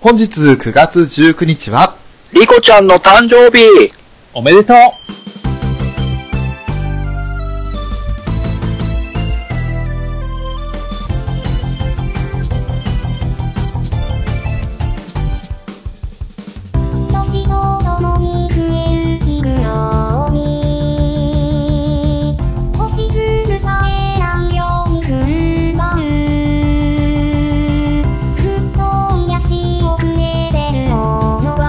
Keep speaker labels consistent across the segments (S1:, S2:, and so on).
S1: 本日9月19日は、
S2: リコちゃんの誕生日
S3: おめでとう
S4: 時とともに増える奇妙に星屑さえないように踏ん張るふっと癒し遅れてるものは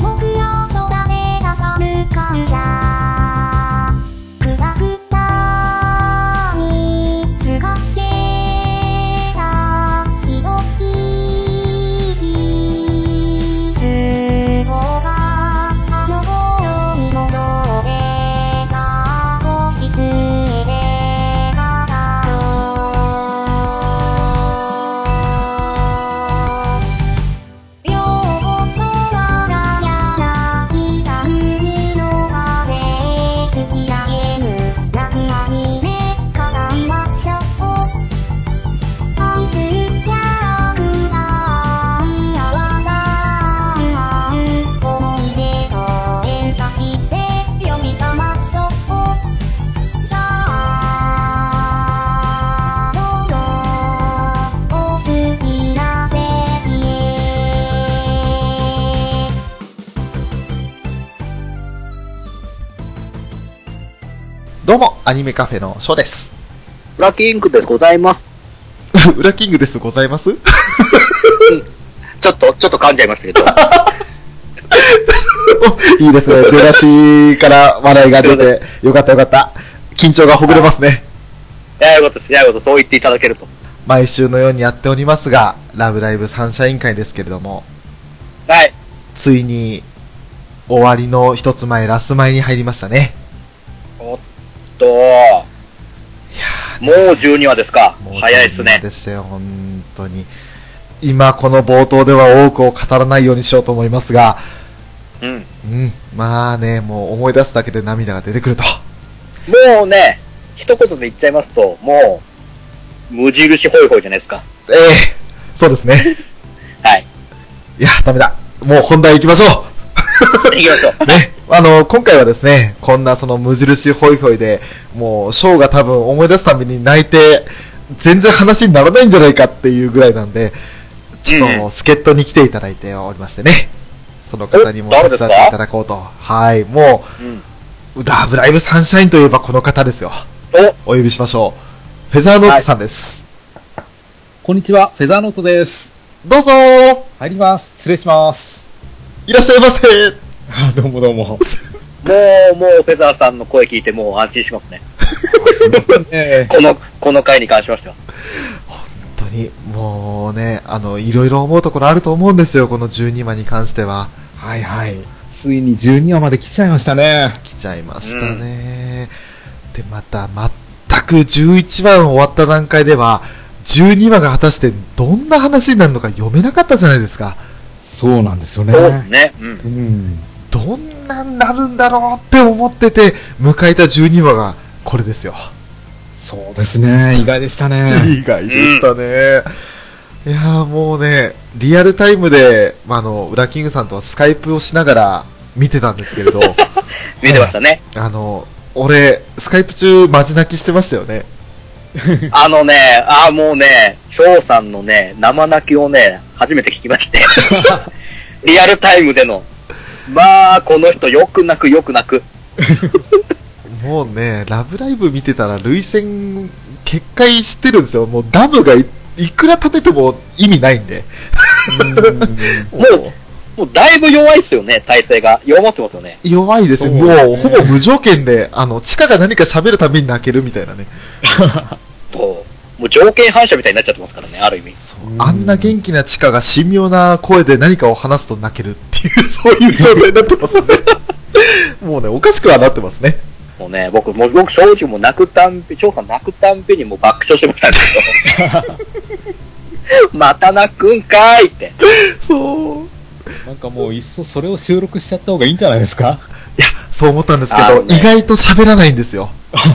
S4: 僕ら空で挟む感謝くたくたに過ごしてたひときり都合があの頃に戻ってた星つえで語ろう両方空が柳田海の風突き上げる泣く網で固まっちゃおう愛するキャラクターあわが思い出と連鎖して読みたまっとこう「さあどうぞお好きな席へ」
S1: どうも、アニメカフェのショーです。
S2: ラッキーインクでございます。
S1: ウラキングです、 ございます
S2: ちょっと、ちょっと噛んじゃいましたけど。
S1: いいですね。出だしから笑いが出て、 よかったよかった。緊張がほぐれますね。
S2: ややことです、ややことです、そう言っていただけると。
S1: 毎週のようにやっておりますが、ラブライブサンシャイン会ですけれども、
S2: はい。
S1: ついに、終わりの一つ前、ラス前に入りましたね。
S2: おっと、もう12話ですか
S1: も。う
S2: 早いです
S1: 大変
S2: ね。
S1: でしたよ、本当に。今この冒頭では多くを語らないようにしようと思いますが、
S2: うん。
S1: うん、まあね、もう思い出すだけで涙が出てくると。
S2: もうね、一言で言っちゃいますと、もう、無印ホイホイじゃないですか。
S1: ええそうですね。
S2: はい。
S1: いや、ダメだ。もう本題行きましょ
S2: いきましょう。
S1: う。ね。あの、今回はですね、こんなその無印ホイホイで、もう、ショーが多分思い出すたびに泣いて、全然話にならないんじゃないかっていうぐらいなんで、ちょっ
S2: う
S1: と、助っ人に来ていただいておりましてね。その方にも
S2: え
S1: 手
S2: 誰です
S1: 伝
S2: か
S1: っていただこうと。はい。も
S2: うん。
S1: う、ラブライブサンシャインといえばこの方ですよ。
S2: お、
S1: お呼びしましょう。フェザーノーツさんです。
S3: こんにちは、フェザーノートです。
S1: どうぞー
S3: 入ります。失礼します。
S1: いらっしゃいませ
S3: あ どうもどうも。
S2: もう、もう、フェザーさんの声聞いて、もう安心しますね。
S3: え
S2: この、この回に関しましては。
S1: 本当にもうねあのいろいろ思うところあると思うんですよこの12話に関しては
S3: ーはいはい。ついに12話まで来ちゃいましたね。
S1: 来ちゃいましたね、でまた全く11話終わった段階では12話が果たしてどんな話になるのか読めなかったじゃないですか
S3: そうなんですよね。
S2: そうですね。うん。
S3: うん。
S1: どんなんなるんだろうって思ってて迎えた12話がこれですよ
S3: そうですね。意外でしたね。
S1: 意外でしたね。いやーもうね、リアルタイムで、まあ、あの、ウラキングさんとはスカイプをしながら見てたんですけ れど、
S2: 見てましたね。
S1: あの、俺、スカイプ中、マジ泣きしてましたよね。
S2: あのね、ああ、もうね、翔さんのね、生泣きをね、初めて聞きまして。リアルタイムでの。まあ、この人、よく泣く、よく泣く。
S1: もうね、ラブライブ見てたら、涙腺、決壊してるんですよ。もうダムがいいくら立てても意味ないんで。
S2: もう、もうだいぶ弱いっすよね、体勢が。弱まってますよね。
S1: 弱いですね。
S3: そうね
S1: もう、ほぼ無条件で、あの、地下が何か喋るたびに泣けるみたいなね。
S2: と、もう条件反射みたいになっちゃってますからね、ある意味。
S3: うん
S1: あんな元気なチカが神妙な声で何かを話すと泣けるっていう、そういう状態になって ますね。もうね、おかしくはなってますね。
S2: もうね、僕、もう僕、正直もう泣くたんび、翔さん泣くたんびにもう爆笑してましたけど。また泣くんかーいって。
S1: そう。
S3: なんかもう、いっそそれを収録しちゃった方がいいんじゃないですか
S1: いや、そう思ったんですけ
S2: あ
S1: ど、
S2: のね
S1: 意外と喋らないんですよ。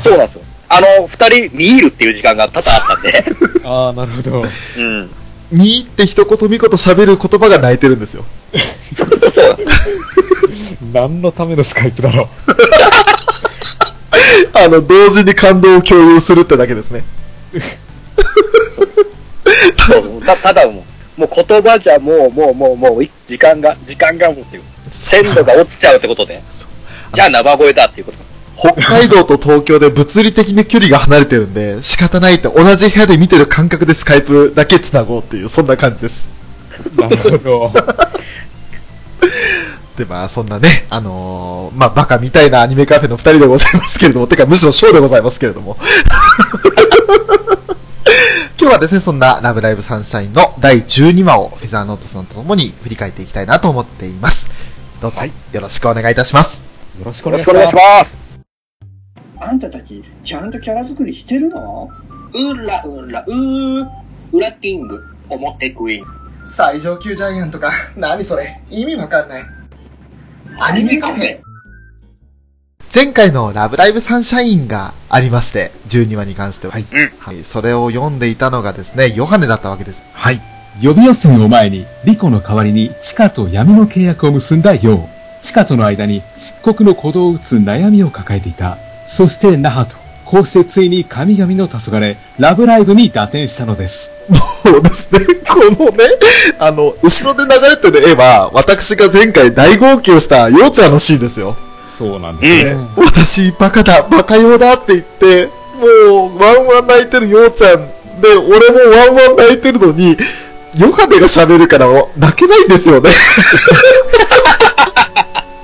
S2: そうなんですよ。あの、二人見入るっていう時間が多々あったんで。
S3: ああ、なるほど。
S2: うん。
S1: にーって一言三言喋る言葉が泣いてるんですよ。
S2: そうそう。
S3: 何のためのスカイプだろう。
S1: あの、同時に感動を共有するってだけですね。
S2: そうたただもう、もう言葉じゃもう、もう、もう、もう、い時間が、時間がもうっていう。鮮度が落ちちゃうってことで。じゃあ生声だっていうこと。
S1: 北海道と東京で物理的に距離が離れてるんで、仕方ないって同じ部屋で見てる感覚でスカイプだけ繋ごうっていう、そんな感じです。
S3: なる ほど。
S1: で、まあ、そんなね、あのーまあ、バカみたいなアニメカフェの二人でございますけれども、てか、むしろショーでございますけれども。 今日はですね、そんなラブライブサンシャインの第12話をフェザーノートさんと共に振り返っていきたいなと思っています。どうぞ
S3: はい、
S1: よろしくお願いいたします。
S3: よろしくお
S2: よ
S3: 願
S2: ろ
S3: い
S2: し
S3: し
S2: くお願いし
S3: ます。
S2: ます。
S5: あんたたち、ちゃんとキャラ作りしてるのうらうらうー、ウラキング、表クイーン。
S6: 最上級ジャイアントか。 何それ意味わかんない。アニメカフェ
S1: 前回のラブライブサンシャインがありまして、12話に関しては。
S3: はい
S2: うん
S1: はいそれを読んでいたのがですね、ヨハネだったわけです。
S3: はい。予備予選を前に、リコの代わりに、チカと闇の契約を結んだよう。チカとの間に、漆黒の鼓動を打つ悩みを抱えていた。そして、那覇と、こうしてついに神々の黄昏、ラブライブに打点したのです。
S1: そうですね。このね、あの、後ろで流れてる絵は、私が前回大号泣したようちゃんのシーンですよ。
S3: そうなん
S2: ですね
S1: 私、バカだ、バカ用だって言って、もう、ワンワン泣いてるようちゃんで、俺もワンワン泣いてるのに、ヨハネが喋るから泣けないんですよね。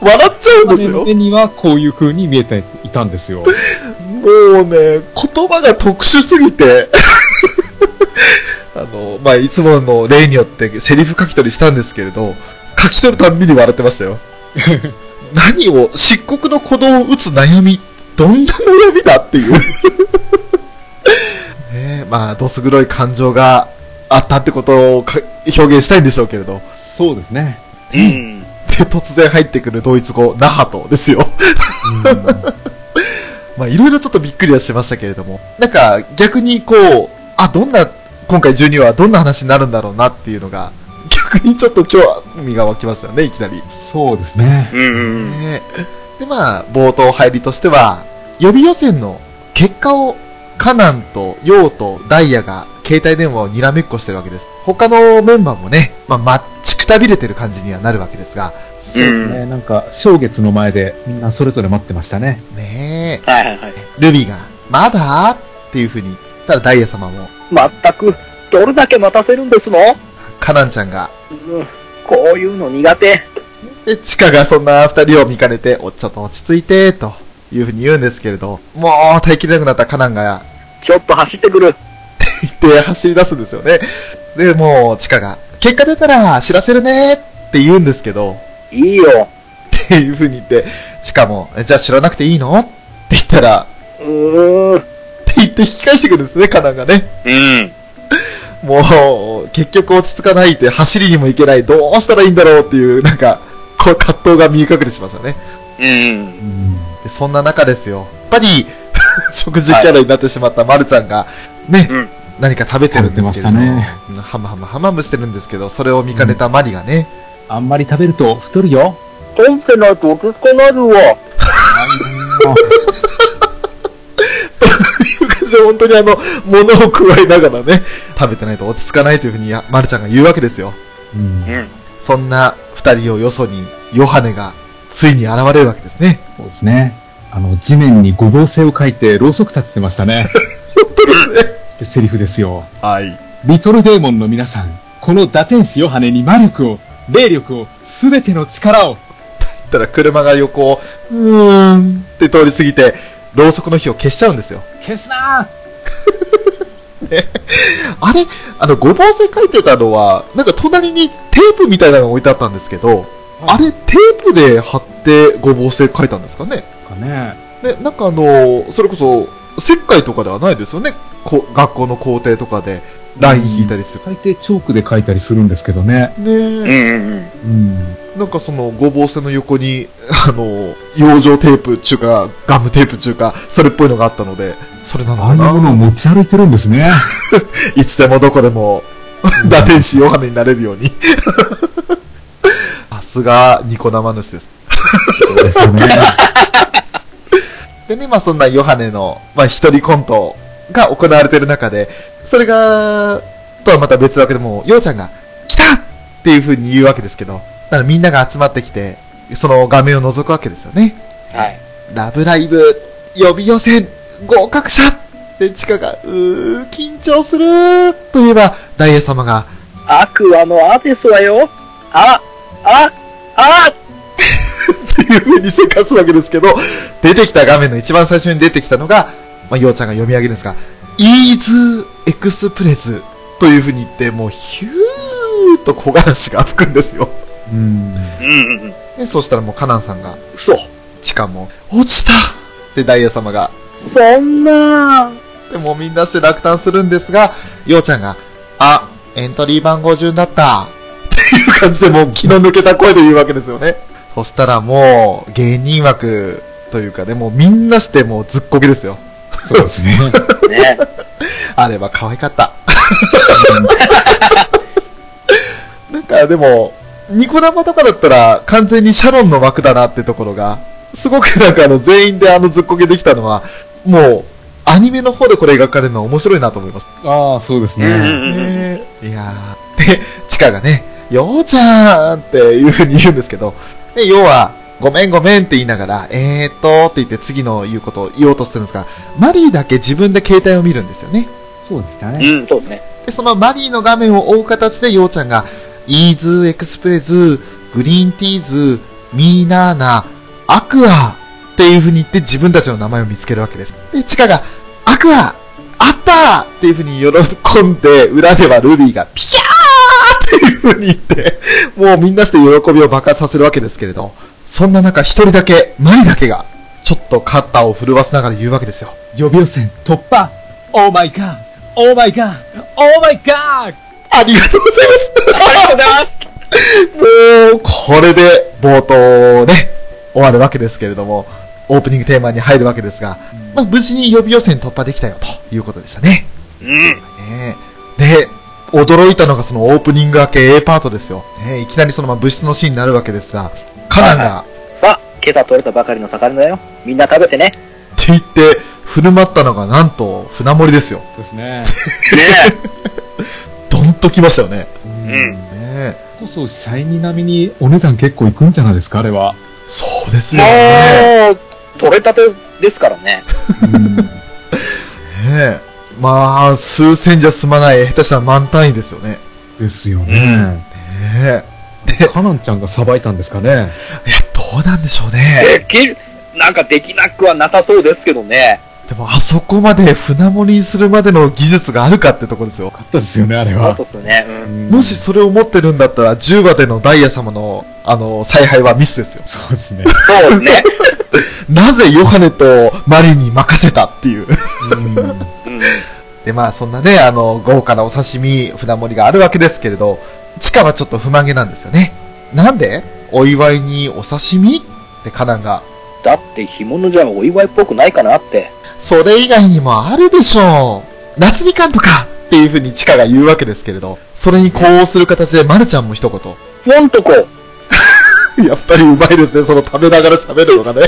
S1: 笑っちゃうんですよ。
S3: 目にはこういう風に見えていたんですよ。
S1: もうね、言葉が特殊すぎて、 あの、まあ、いつもの例によってセリフ書き取りしたんですけれど、書き取るたんびに笑ってましたよ。何を、漆黒の鼓動を打つ悩み、どんな悩みだっていう。ね えまあ、どす黒い感情があったってことをか表現したいんでしょうけれど、
S3: そうですね。
S2: うん。
S1: で、突然入ってくるドイツ語、ナハトですよ。まあ、いろいろちょっとびっくりはしましたけれども、なんか逆にこう、あ、どんな、今回12話はどんな話になるんだろうなっていうのが、逆にちょっと興味が湧きましたよね、いきなり。
S3: そうですね。
S2: うんうん。
S1: ねで、まあ、冒頭入りとしては、予備予選の結果を、カナンとヨウとダイヤが携帯電話をにらめっこしてるわけです。他のメンバーもね、まあ、待ちくたびれてる感じにはなるわけですが、
S3: そうですね。なんか、正月の前でみんなそれぞれ待ってましたね。
S1: ねえ、
S2: はいはいはい。
S1: ルビーが、まだっていう風に、ただダイヤ様も、
S2: まったく、どれだけ待たせるんですの
S1: カナンちゃんが、
S2: うんこういうの苦手。
S1: で、チカがそんな二人を見かねて、お、ちょっと落ち着いて、というふうに言うんですけれど、もう耐えきれなくなったカナンが、
S2: ちょっと走ってくる。
S1: 行って走り出すんですよね。で、もう、チカが、結果出たら知らせるねって言うんですけど、
S2: いいよ。
S1: っていうふうに言って、チカも、えじゃあ知らなくていいのって言ったら、
S2: うーん。
S1: って言って引き返してくるんですね、カナンがね。
S2: うん。
S1: もう、結局落ち着かないって、走りにも行けない、どうしたらいいんだろうっていう、なんか、こう葛藤が見え隠れしましたね。
S2: うん。
S1: でそんな中ですよ。やっぱり、 食事キャラになってしまったまるちゃんが、ね、
S2: うん
S1: 何か食べてるんですけれど、
S3: 食べてまし
S1: ハムハムハムハムしてるんですけど、それを見かねたマリが ね、
S3: あんまり食べると太るよ。
S2: 飛んでないと落ち着かなるわ。
S1: という感じで本当にあの、物を加えながらね、食べてないと落ち着かないというふうにやまるちゃんが言うわけですよ。
S3: うん
S2: うん。
S1: そんな二人をよそに、ヨハネがついに現れるわけですね。
S3: そうですね。あの、地面にごぼう星を書いて、ろうそく立ててましたね。でセリフですよ。
S1: はい。
S3: リトルデーモンの皆さん、この打天使ヨハネに魔力を、霊力を、すべての力を、
S1: ったら車が横を、うーんって通り過ぎて、ろうそくの火を消しちゃうんですよ。
S3: 消すなー
S1: あれあの、ごぼう星書いてたのは、なんか隣にテープみたいなのが置いてあったんですけど、あれ、テープで貼ってごぼう星書いたんですかね
S3: かね。
S1: ね、なんかあの、それこそ、石灰とかではないですよね。こ学校の校庭とかで、ライン引いたりする。
S3: 大抵チョークで書いたりするんですけどね。
S2: う
S1: ね
S2: ん。
S3: うん。
S1: え、なんかその、ごぼう星の横に、あの、養生テープっていうか、ガムテープっていうか、それっぽいのがあったので、それなの
S3: あ
S1: か
S3: ん
S1: な
S3: なものを持ち歩いてるんですね。
S1: いつでもどこでも打天使ヨハネになれるように。 さすが、ニコ生主です。
S3: そうですよね。
S1: でね、まあそんなヨハネの、まあ一人コントが行われてる中で、それが、とはまた別わけでもう、ヨウちゃんが、来たっていう風に言うわけですけど、だからみんなが集まってきて、その画面を覗くわけですよね。
S2: はい。
S1: ラブライブ、予備予選、合格者で、チカが、うー、緊張すると言えば、ダイエ様が、
S2: アクアのアですわよ。あ、あ、あ、
S1: っていう風にせかすわけですけど、出てきた画面の一番最初に出てきたのが、まあ、ようちゃんが読み上げるんですが、イーズエクスプレスという風に言って、もうヒューっと小柄子が吹くんですよ。
S3: うん。
S2: うんうんうん。
S1: で、そしたらもうカナンさんが、
S2: 嘘。
S1: チカも、落ちたってダイヤ様が、
S2: そんな
S1: でもうみんなして落胆するんですが、ようちゃんが、あ、エントリー番号順だった。っていう感じでもう気の抜けた声で言うわけですよね。そしたらもう、芸人枠というかね、もうみんなしてもうずっこけですよ。
S3: そうで すね。
S2: ね。
S1: あれば可愛かった。なんかでも、ニコ生とかだったら完全にシャロンの枠だなってところが、すごくなんかあの全員であのずっこけできたのは、もうアニメの方でこれ描かれるのは面白いなと思います。
S3: ああ、そうです
S2: うんう
S3: ね。
S2: んうん。
S1: ねいやー。で、チカがね、ようちゃんっていう風に言うんですけど、で、要は、ごめんごめんって言いながら、えーっとって言って次の言うことを言おうとするんですが、マリーだけ自分で携帯を見るんですよね。
S3: そうでしたね。
S2: うん、そうね。
S1: で、そのマリーの画面を追う形で、ようちゃんが、イーズーエクスプレズ、グリーンティーズ、ミーナーナ、アクアっていう風に言って自分たちの名前を見つけるわけです。で、チカが、アクアあったーっていう風に喜んで、裏ではルビーが、ピキャーっていう風に言って、もうみんなして喜びを爆発させるわけですけれど、そんな中一人だけ、マリだけが、ちょっと肩を震わせながら言うわけですよ。
S3: 予備予選突破オーマイガーオーマイガーオーマイガー
S1: ありがとうございます
S2: ありがとうございます。
S1: もう、これで冒頭ね、終わるわけですけれども、オープニングテーマに入るわけですが、まあ、無事に予備予選突破できたよということでしたね。
S2: うん。
S1: ねえで、驚いたのがそのオープニング明け A パートですよ。ねえいきなりそのまあ部室のシーンになるわけですが、カナンが、
S2: さあ、今朝取れたばかりの魚だよ。みんな食べてね。
S1: って言って、振る舞ったのがなんと船盛りですよ。
S3: ですね。
S2: ね
S1: どんときましたよね。
S2: ん
S1: ねえ
S3: こそ、シャイニ並みにお値段結構いくんじゃないですか、あれは。
S1: そう ですよね。
S2: え。もう、取れたてですからね。
S3: うん。
S1: ねえまあ、数千じゃ済まない、下手したら満単位ですよね。
S3: ですよね。
S1: ねえ
S3: カナンちゃんがさばいたんですか
S1: い
S3: ね。
S1: や、どうなんでしょうね。
S2: できる、なんかできなくはなさそうですけどね。
S1: でも、あそこまで船盛りにするまでの技術があるかってとこですよ。
S3: あったですよね、あれ
S2: そう
S3: は。
S2: ですね。うん。
S1: もしそれを持ってるんだったら、10話でのダイヤ様の、あの、采配はミスですよ。
S3: そうですね。
S2: そうですね。
S1: なぜヨハネとマリに任せたっていう。
S3: うん
S2: うん。
S1: で、まあ、そんなね、あの、豪華なお刺身、船盛りがあるわけですけれど、チカはちょっと不満げなんですよね。なんでお祝いにお刺身ってカナンが、
S2: だって干物じゃお祝いっぽくないかなって。
S1: それ以外にもあるでしょう。夏みかんとかっていう風にチカが言うわけですけれど、それに呼応する形でまるちゃんも一言。
S2: フォンとこう。
S1: やっぱりうまいですね、その食べながら喋るのがね。ね、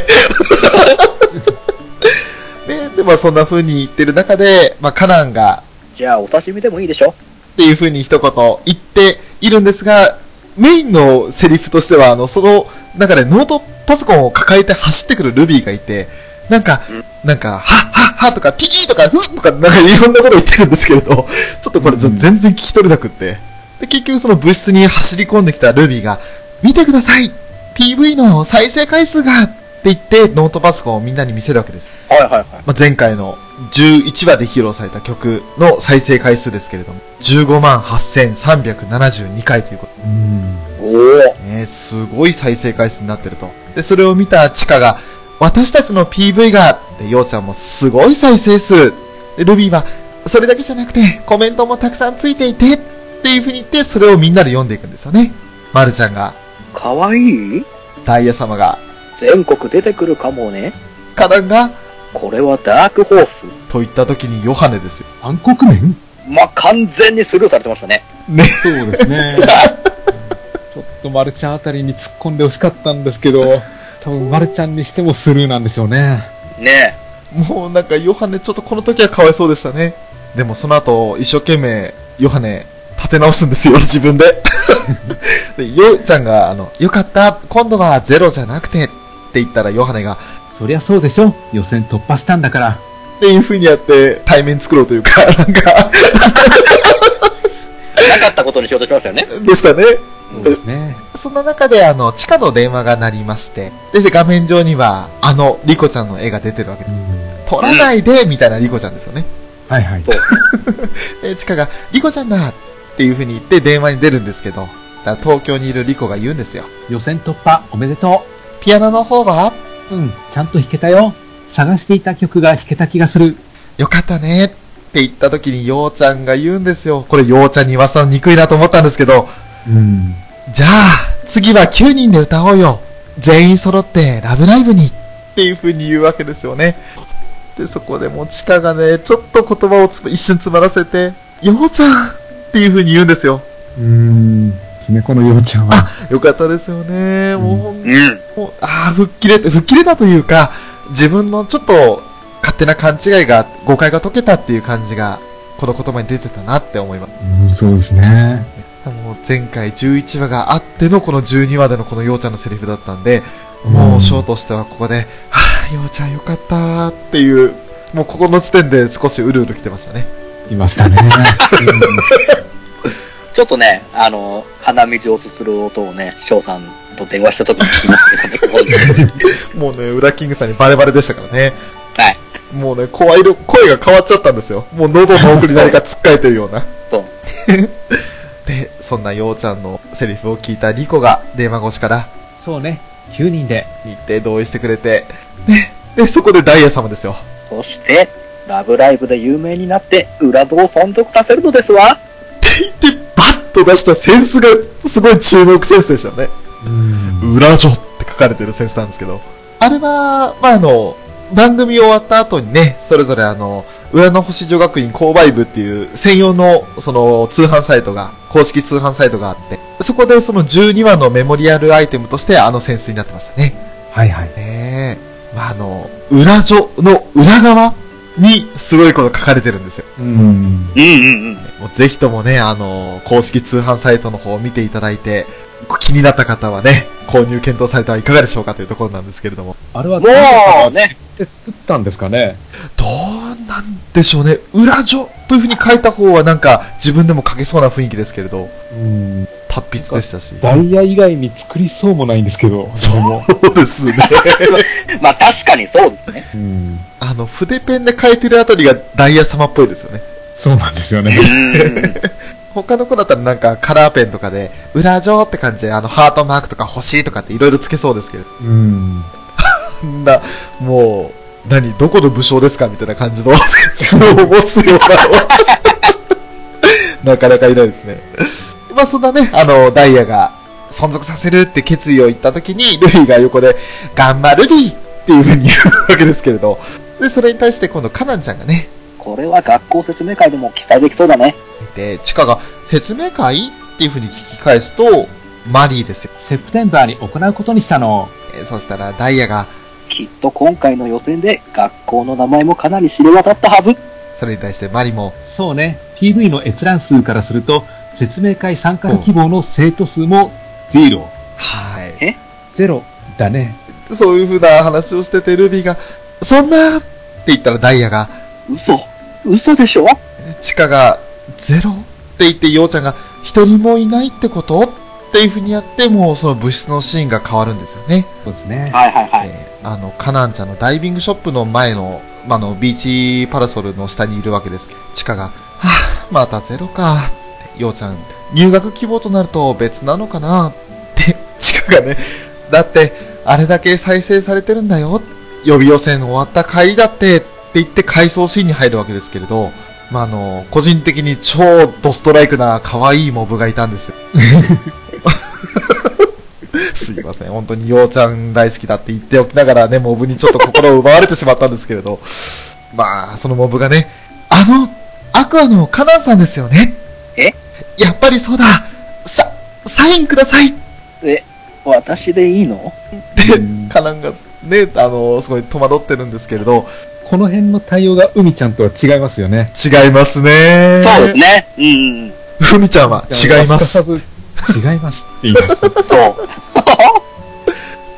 S1: で、まあそんな風に言ってる中で、まあカナンが
S2: じゃあお刺身でもいいでしょ
S1: っていう風に一言言っているんですが、メインのセリフとしては、あの、その中でノートパソコンを抱えて走ってくるルビーがいて、なんか、なんか、はっはっはとか、ピキーとか、ふんとか、なんかいろんなこと言ってるんですけれど、ちょっとこれちょっと全然聞き取れなくって。で、結局その部室に走り込んできたルビーが、見てください !PV の再生回数がって言って、ノートパソコンをみんなに見せるわけです。
S2: はいはいはい。
S1: まあ、前回の11話で披露された曲の再生回数ですけれども、15万8372回ということ
S3: うん。
S2: おお。
S1: でね、すごい再生回数になってると。で、それを見たチカが、私たちの PV が、で、ようちゃんもすごい再生数。で、ルビーは、それだけじゃなくて、コメントもたくさんついていて、っていう風に言って、それをみんなで読んでいくんですよね。まるちゃんが、
S2: かわいい
S1: ダイヤ様が、
S2: 全国出てくるかもね。
S1: カナンが、
S2: これはダークホース。
S1: と言った時にヨハネですよ。
S3: 暗黒面
S2: まあ、完全にスルーされてましたね。
S1: ね。
S3: そうですね。ちょっとマルちゃんあたりに突っ込んで欲しかったんですけど、多分マルちゃんにしてもスルーなんでしょうね。
S2: ね
S1: もうなんかヨハネちょっとこの時はかわいそうでしたね。でもその後、一生懸命ヨハネ立て直すんですよ、 自分で。でヨウちゃんが、あの、よかった、今度はゼロじゃなくてって言ったらヨハネが、
S3: そりゃそうでしょ予選突破したんだから。
S1: っていう風にやって対面作ろうというか、 なんか、
S2: なかったことにしようとしましたよね。
S1: でしたね。
S3: そうですね。
S1: そんな中で、あの、地下の電話が鳴りまして、で、画面上には、あの、リコちゃんの絵が出てるわけ
S3: う
S1: で、
S3: ん
S1: 撮らないで、みたいなリコちゃんですよね。
S3: はいはい。
S1: で、チカが、リコちゃんだっていう風に言って電話に出るんですけど、だから東京にいるリコが言うんですよ。
S3: 予選突破おめでと
S1: ピアノの方は
S3: う。うん、ちゃんと弾けたよ。探していた曲が弾けた気がする。
S1: よかったねって言った時にようちゃんが言うんですよ。これようちゃんに言わせたの憎いなと思ったんですけど、
S3: うん。
S1: じゃあ、次は9人で歌おうよ。全員揃ってラブライブにっていう風に言うわけですよね。で、そこでもうチカがね、ちょっと言葉をつぶ一瞬詰まらせて、ようちゃんっていう風に言うんですよ。
S3: うん。姫子のようちゃんは。
S1: よかったですよね。もう本当に
S2: うん。
S1: もうああ、吹っ切れて、吹っ切れたというか、自分のちょっと勝手な勘違いが、誤解が解けたっていう感じが、この言葉に出てたなって思います。
S3: うん、そうですね。
S1: もう前回11話があってのこの12話でのこのようちゃんのセリフだったんで、もうショーとしてはここで、はあ、ようちゃんよかったーっていう、もうここの時点で少しうるうる来てましたね。
S3: いましたね。
S2: ちょっとね、あの、鼻水をすする音をね、翔さんと電話した時に聞きましたけど、その時
S1: もうね、ウラキングさんにバレバレでしたからね。
S2: はい。
S1: もうね、声色、声が変わっちゃったんですよ。もう喉の奥に何かつっかえてるような。
S2: そう。
S1: で、そんなようちゃんのセリフを聞いたリコが電話越しから
S3: そうね。9人で。
S1: 日程同意してくれて、で、で、そこでダイヤ様ですよ。
S2: そして、ラブライブで有名になって、裏蔵を存続させるのですわ。
S1: で、バッと出したセンスがすごい注目センスでしたよね。
S3: うん。
S1: 裏女って書かれてるセンスなんですけど。あれは、まあ、あの、番組終わった後にね、それぞれあの、裏の星女学院購買部っていう専用の、その、通販サイトが、公式通販サイトがあって、そこでその12話のメモリアルアイテムとしてあのセンスになってましたね。
S3: はいはい。
S1: ねえ、まあ、あの、裏女の裏側にすごいこと書かれてるんですよ。
S3: うん。
S2: うんうんうん。
S1: もうぜひともね、あの、公式通販サイトの方を見ていただいて、気になった方はね、購入検討されてはいかがでしょうかというところなんですけれども。
S3: あれは、
S2: もうね、
S3: って作ったんですかね。
S1: どうなんでしょうね。裏女というふうに書いた方はなんか自分でも書けそうな雰囲気ですけれど、
S3: うん。
S1: 達筆でしたし。
S3: ダイヤ以外に作りそうもないんですけど。
S1: そうですね。
S2: まあ確かにそうですね。
S3: うん。
S1: あの、筆ペンで書いてるあたりがダイヤ様っぽいですよね。
S3: そうなんですよね。
S2: うんうんうん。
S1: 他の子だったらなんかカラーペンとかで、裏状って感じで、あの、ハートマークとか星とかっていろいろつけそうですけど、
S3: うん。
S1: そんな、もう、何、どこの武将ですかみたいな感じの素を持つよう なのなかなかいないですね。まあそんなね、あの、ダイヤが存続させるって決意を言った時に、ルフィが横で、頑張ルフィっていう風に言うわけですけれど、で、それに対して今度カナンちゃんがね、
S2: これは学校説明会でも期待できそうだね。
S1: で、チカが説明会っていう風に聞き返すと、マリーですよ
S3: セプテンバーに行うことにしたの。
S1: えーそしたらダイヤが、
S2: きっと今回の予選で学校の名前もかなり知れ渡ったはず。
S1: それに対してマリも、
S3: そうね。PV の閲覧数からすると、説明会参加希望の生徒数もゼロ。
S1: はー
S3: ゼロだね。
S1: い。そういう風な話をしてて、ルビーが、そんなって言ったらダイヤが、
S2: 嘘嘘でしょ
S1: チカが、ゼロって言って、ヨウちゃんが、一人もいないってことっていう風にやって、もうその物質のシーンが変わるんですよね。
S3: そうですね。
S2: はいはいはい。
S1: えーあの、カナンちゃんのダイビングショップの前の、まあ、あの、ビーチパラソルの下にいるわけですけど、チカが、はぁ、またゼロか、って、ようちゃん、入学希望となると別なのかな、って、チカがね、だって、あれだけ再生されてるんだよ、予備予選終わった帰りだって、って言って回想シーンに入るわけですけれど、まあ、あの、個人的に超ドストライクな可愛いモブがいたんですよ。すいません、本当にようちゃん大好きだって言っておきながらね、モブにちょっと心を奪われてしまったんですけれど、まあ、そのモブがね、あの、アクアのカナンさんですよね
S2: え
S1: やっぱりそうださ、サインくださいっ
S2: え、私でいいの
S1: て、カナンがね、あの、すごい戸惑ってるんですけれど、
S3: この辺の対応が海ちゃんとは違いますよね。
S1: 違いますね
S2: そうですね。うんうん。
S1: ふみちゃんは違います
S3: か。さず違いますって言いました。
S2: そう。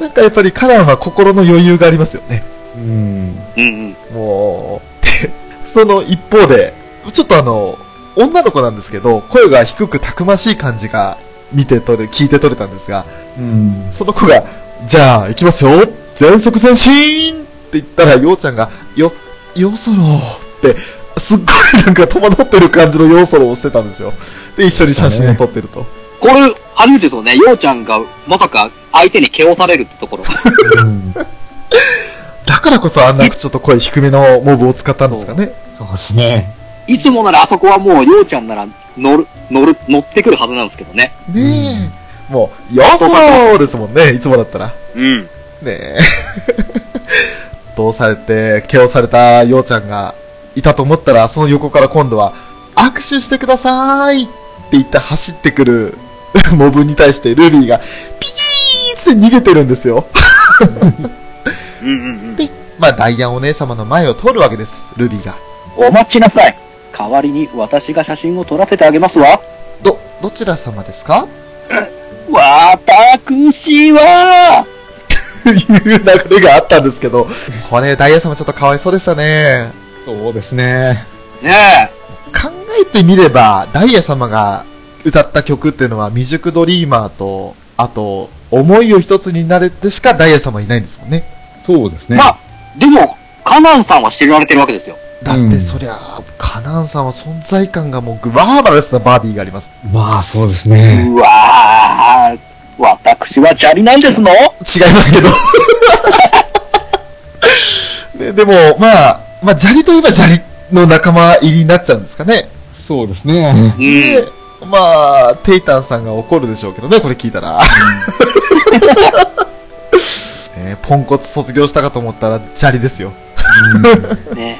S1: なんかやっぱりカナンは心の余裕がありますよね。
S3: うん。
S2: うんうん。
S1: もう、でその一方で、ちょっとあの、女の子なんですけど、声が低くたくましい感じが見て取れ、聞いて取れたんですが、
S3: うん。
S1: その子が、じゃあ行きますよ全速前進って言ったら、ようちゃんが、よ、よそろって、すっごいなんか戸惑ってる感じのよそろをしてたんですよ。で、一緒に写真を撮ってると。
S2: これ、初めてですよね。ようちゃんが、まさか、相手に蹴をされるってところ。
S1: だからこそあんなちょっと声低めのモブを使ったんですかね。
S3: そうですね。
S2: いつもならあそこはもう、ようちゃんなら、乗る、乗る、乗ってくるはずなんですけどね。
S1: ねえ。もう、よそろですもんね、いつもだったら。
S2: うん。
S1: ねえ。 どうされて、ケをされたようちゃんがいたと思ったら、その横から今度は、握手してくださいって言って走ってくる モブに対してルビーが、ピキーンって逃げてるんですよ。
S2: うんうん
S1: で、まあ、ダイアンお姉様の前を通るわけです、ルビーが。
S2: うん。お待ちなさい。代わりに私が写真を撮らせてあげますわ。
S1: ど、どちら様ですか
S2: わたくしは、
S1: という流れがあったんですけど、これ、ダイヤ様ちょっとかわいそうでしたね。
S3: そうですね。
S2: ね
S1: 考えてみれば、ダイヤ様が歌った曲っていうのは、未熟ドリーマーと、あと、思いを一つになれてしかダイヤ様いないんですもんね。
S3: そうです
S2: え。
S3: ね。
S2: まあ、でも、カナンさんは知られてるわけですよ。
S1: だっ
S3: う
S1: て
S3: ん
S1: そりゃあ、カナンさんは存在感がもうグラーバルスなバーディーがあります。
S3: まあ、そうですね。
S2: うわー、私は砂利なんですの
S1: 違いますけど。 ね、でも、まあ、まあ、砂利といえば砂利の仲間入りになっちゃうんですかね。
S3: そうですね。
S2: う
S1: で
S2: ん。
S1: まあ、テイタンさんが怒るでしょうけどね、これ聞いたら。ねポンコツ卒業したかと思ったら、砂利ですよ。
S2: ね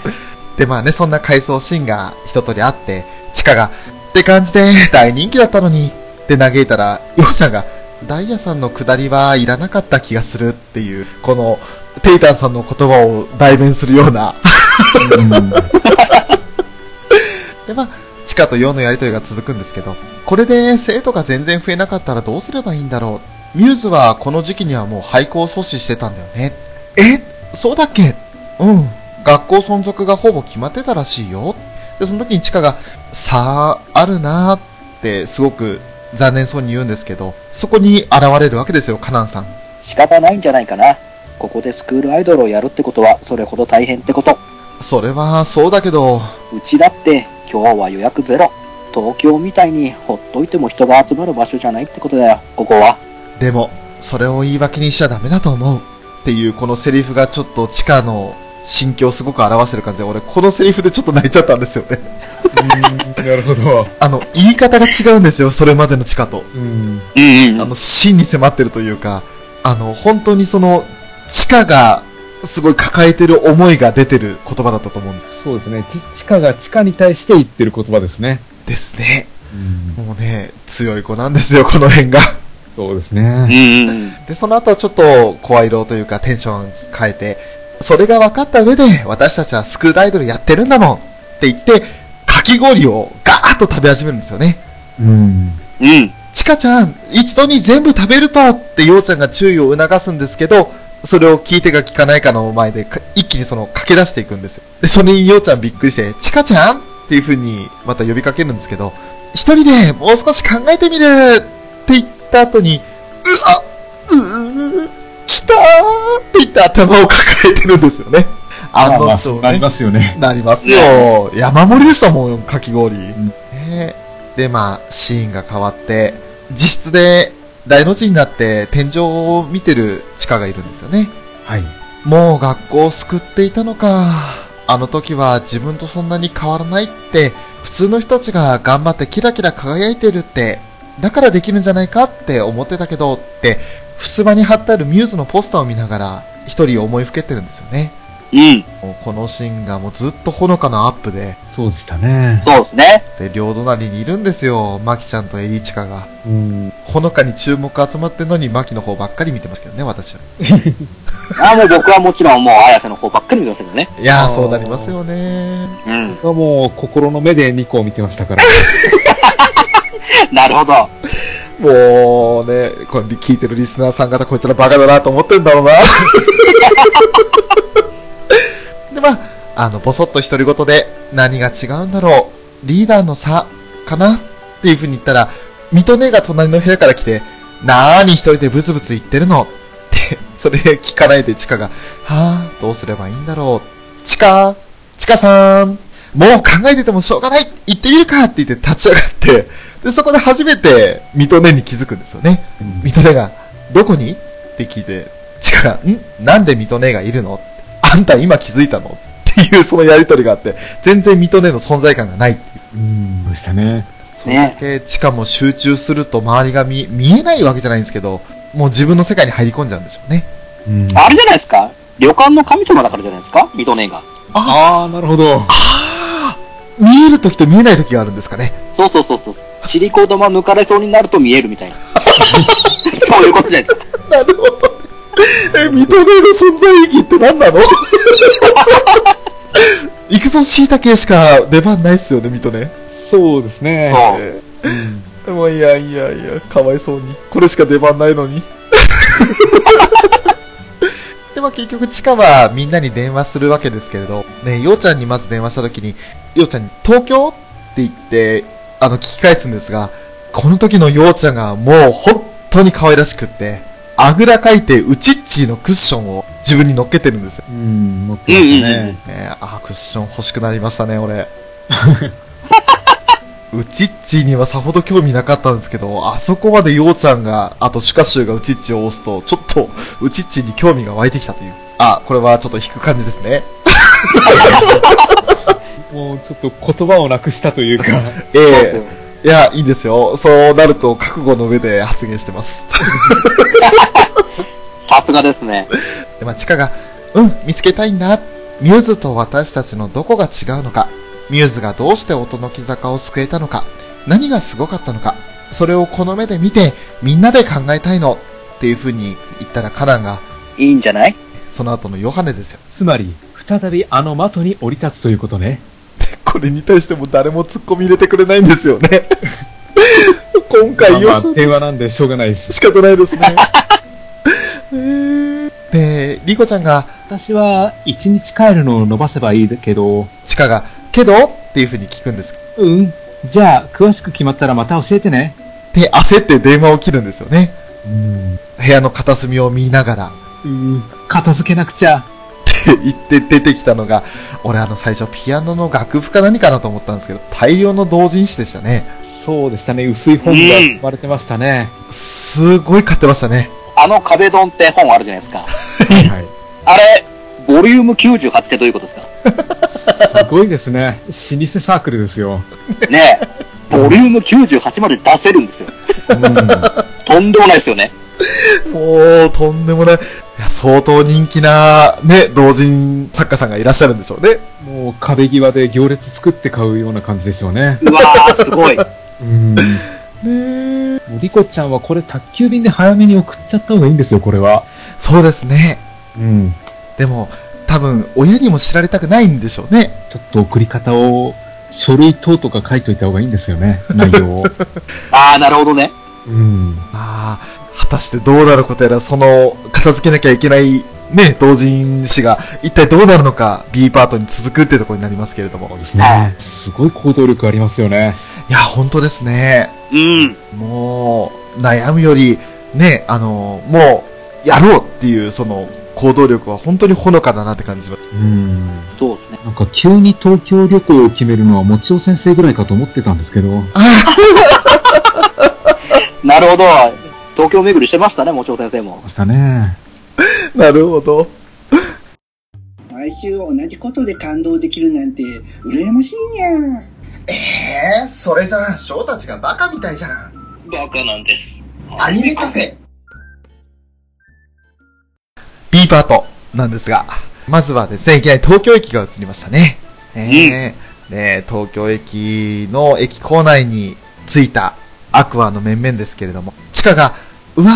S1: で、まあね、そんな回想シーンが一通りあって、チカが、って感じで、大人気だったのに、って嘆いたら、ヨウちゃんが、ダイヤさんの下りはいらなかった気がするっていう、この、テイタンさんの言葉を代弁するような、
S3: うん
S1: で、まあ、地下と4のやりとりが続くんですけど、これで生徒が全然増えなかったらどうすればいいんだろう。ミューズはこの時期にはもう廃校を阻止してたんだよね。えそうだっけうん。学校存続がほぼ決まってたらしいよ。で、その時に地下が、さあ、あるなーってすごく残念そうに言うんですけど、そこに現れるわけですよ、カナンさん。
S2: 仕方ないんじゃないかな。ここでスクールアイドルをやるってことは、それほど大変ってこと。
S1: それはそうだけど、
S2: うちだって、今日は予約ゼロ。東京みたいにほっといても人が集まる場所じゃないってことだよ、ここは。
S1: でも、それを言い訳にしちゃダメだと思う。っていう、このセリフがちょっと地下の心境をすごく表してる感じで、俺、このセリフでちょっと泣いちゃったんですよね。
S3: なるほど。
S1: あの、言い方が違うんですよ、それまでの地下と。
S3: うん。
S2: うん
S1: あの、真に迫ってるというか、あの、本当にその、地下が、すごい抱えてる思いが出てる言葉だったと思うんです。
S3: そうですね。ち地下が地下に対して言ってる言葉ですね。
S1: ですね。
S3: うん。
S1: もうね、強い子なんですよ、この辺が。
S3: そうですね。
S2: うんうん。
S1: で、その後はちょっと声色というかテンション変えて、それが分かった上で、私たちはスクールアイドルやってるんだもんって言って、かき氷をガーッと食べ始めるんですよね。
S3: うん。
S2: うん。
S1: チカちゃん、一度に全部食べるとってようちゃんが注意を促すんですけど、それを聞いてか聞かないかの前で、か一気にその駆け出していくんですよ。で、それにようちゃんびっくりして、チカちゃんっていう風にまた呼びかけるんですけど、一人でもう少し考えてみるって言った後に、うわ、うー、来たーって言って頭を抱えてるんですよね。あ
S3: まあま
S1: の
S3: あ、
S1: 人
S3: そう
S1: ね
S3: なりますよね。
S1: なりますよ。山盛りでしたもん、かき氷。ねで、まあ、シーンが変わって、実質で大の字になって天井を見てる地下がいるんですよね。
S3: はい。
S1: もう学校を救っていたのか。あの時は自分とそんなに変わらないって、普通の人たちが頑張ってキラキラ輝いてるって、だからできるんじゃないかって思ってたけどって、襖に貼ってあるミューズのポスターを見ながら、一人思いふけてるんですよね。
S2: うん。うん。
S1: もうこのシーンがもうずっとほのかのアップで、
S3: そうでしたね。
S2: そうですね。
S1: で、両隣にいるんですよ、マキちゃんとエリチカが。
S3: うん。
S1: ほのかに注目集まってんのに、マキの方ばっかり見てますけどね、私は。
S2: あもう僕はもちろんもう綾瀬の方ばっかり見てますけどね。
S1: いや
S3: あ
S1: ー、
S3: ー
S1: そうなりますよね。
S2: うん。
S3: 僕はもう心の目で2個を見てましたから。
S2: なるほど。
S1: もうね、これ聞いてるリスナーさん方、こいつらバカだなと思ってんだろうな。 で、まあ、あの、ぼそっと独り言で、何が違うんだろう、リーダーの差かなっていうふうに言ったら、ミトネが隣の部屋から来て、なーに一人でブツブツ言ってるのって、それ聞かないでチカが、はぁ、どうすればいいんだろう。チカ、チカさん、もう考えててもしょうがない行ってみるかって言って立ち上がって、で、そこで初めて、ミトネに気づくんですよね。ミトネが、どこにって聞いて、チカが、んなんでミトネがいるのあんた今気づいたのっていうそのやりとりがあって、全然ミトネの存在感がないっていう。
S3: うん、でしたね。
S1: それだけチカも集中すると周りが見見えないわけじゃないんですけど、もう自分の世界に入り込んじゃうんでしょうね。
S3: うん。
S2: あれじゃないですか旅館の神様だからじゃないですかミトネが。
S3: あー、なるほど。
S1: 見える時と見えない時があるんですかね。
S2: そうそうそうそう。シリコ玉抜かれそうになると見えるみ たいな。そういうことじゃないですか。
S1: なるほど。え、 ミトネの存在意義って何なの 行くぞ、椎茸しか出番ないっすよね、ミトネ。
S3: そうですね。
S2: そう。
S1: もういやいやいや、かわいそうに。これしか出番ないのに。 でも結局、チカはみんなに電話するわけですけれど、ね、ようちゃんにまず電話したときに、ようちゃんに東京って言って、あの、聞き返すんですが、この時のようちゃんがもう本当に可愛らしくって、あぐらかいてうちっちーのクッションを自分に乗っけてるんですよ。
S3: うん、持ってましたね。
S1: ねえ、あー、クッション欲しくなりましたね、俺。うちっちーにはさほど興味なかったんですけど、あそこまでようちゃんが、あとシュカシュウがうちっちーを押すと、ちょっとうちっちーに興味が湧いてきたという。あ、これはちょっと引く感じですね。
S3: もうちょっと言葉をなくしたというか。
S1: え
S2: そうそう
S1: えいや、いいんですよ。そうなると覚悟の上で発言してます。
S2: さすがですね。
S1: で、まあ、チカが、うん、見つけたいんだ。ミューズと私たちのどこが違うのか。ミューズがどうして音の木坂を救えたのか。何がすごかったのか。それをこの目で見て、みんなで考えたいの。っていう風に言ったらカナンが、
S2: いいんじゃない
S1: その後のヨハネですよ。
S3: つまり、再びあの的に降り立つということね。
S1: これに対しても誰も突っ込み入れてくれないんですよ ね。今回ヨ
S3: ま
S1: ハ
S3: あまあ、
S1: ネ
S3: 電話なんでしょうがないです。
S1: 仕方ないですね。 で、リコちゃんが、
S3: 私は、一日帰るのを伸ばせばいいけど、
S1: チカが、けどっていう風に聞くんです。
S3: うん。じゃあ、詳しく決まったらまた教えてね。
S1: で、焦って電話を切るんですよね。
S3: うん。
S1: 部屋の片隅を見ながら、
S3: うん。片付けなくちゃ。
S1: って言って出てきたのが、俺あの最初ピアノの楽譜か何かなと思ったんですけど、大量の同人誌でしたね。
S3: そうでしたね。薄い本が積まれてましたね。
S1: すごい買ってましたね。
S2: あの壁ドンって本あるじゃないですか。
S3: はいはい。
S2: あれ、ボリューム98ってどういうことですか
S3: すごいですね。老舗サークルですよ。
S2: ねえ。ボリューム98まで出せるんですよ。
S3: うん。
S2: とんでもないですよね。
S1: もう、とんでもない。いや、相当人気な、ね、同人作家さんがいらっしゃるんでしょうね。
S3: もう壁際で行列作って買うような感じですよね。
S2: うわー、すごい。
S3: うん。
S1: ね
S3: もうリコちゃんはこれ宅急便で早めに送っちゃった方がいいんですよ、これは。
S1: そうですね。
S3: うん。
S1: でも、多分、親にも知られたくないんでしょうね。
S3: ちょっと送り方を、書類等とか書いといた方がいいんですよね、内 容を。
S2: あー、なるほどね。
S3: うん。
S1: ああ、果たしてどうなることやら、その、片付けなきゃいけない、ね、同人誌が、一体どうなるのか、B パートに続くってところになりますけれども。
S3: ねすごい行動力ありますよね。
S1: いや、本当ですね。
S2: うん。
S1: もう、悩むより、ね、あの、もう、やろうっていう、その、行動力は本当にほのかだなって感じます。
S3: うん。
S2: そうですね。
S3: なんか急に東京旅行を決めるのはもちお先生ぐらいかと思ってたんですけど。
S2: なるほど。東京巡りしてましたね、もちろん先生も。
S3: ましたね。
S1: なるほど。
S5: 毎週同じことで感動できるなんて羨ましいにゃ
S6: えー、それじゃあ、翔たちがバカみたいじゃん。
S2: バカなんです。
S6: アニメカフェ。
S1: B パートなんですが、まずはですね、いきなり東京駅が映りましたね。えーね東京駅の駅構内に着いたアクアの面々ですけれども、地下が、うわ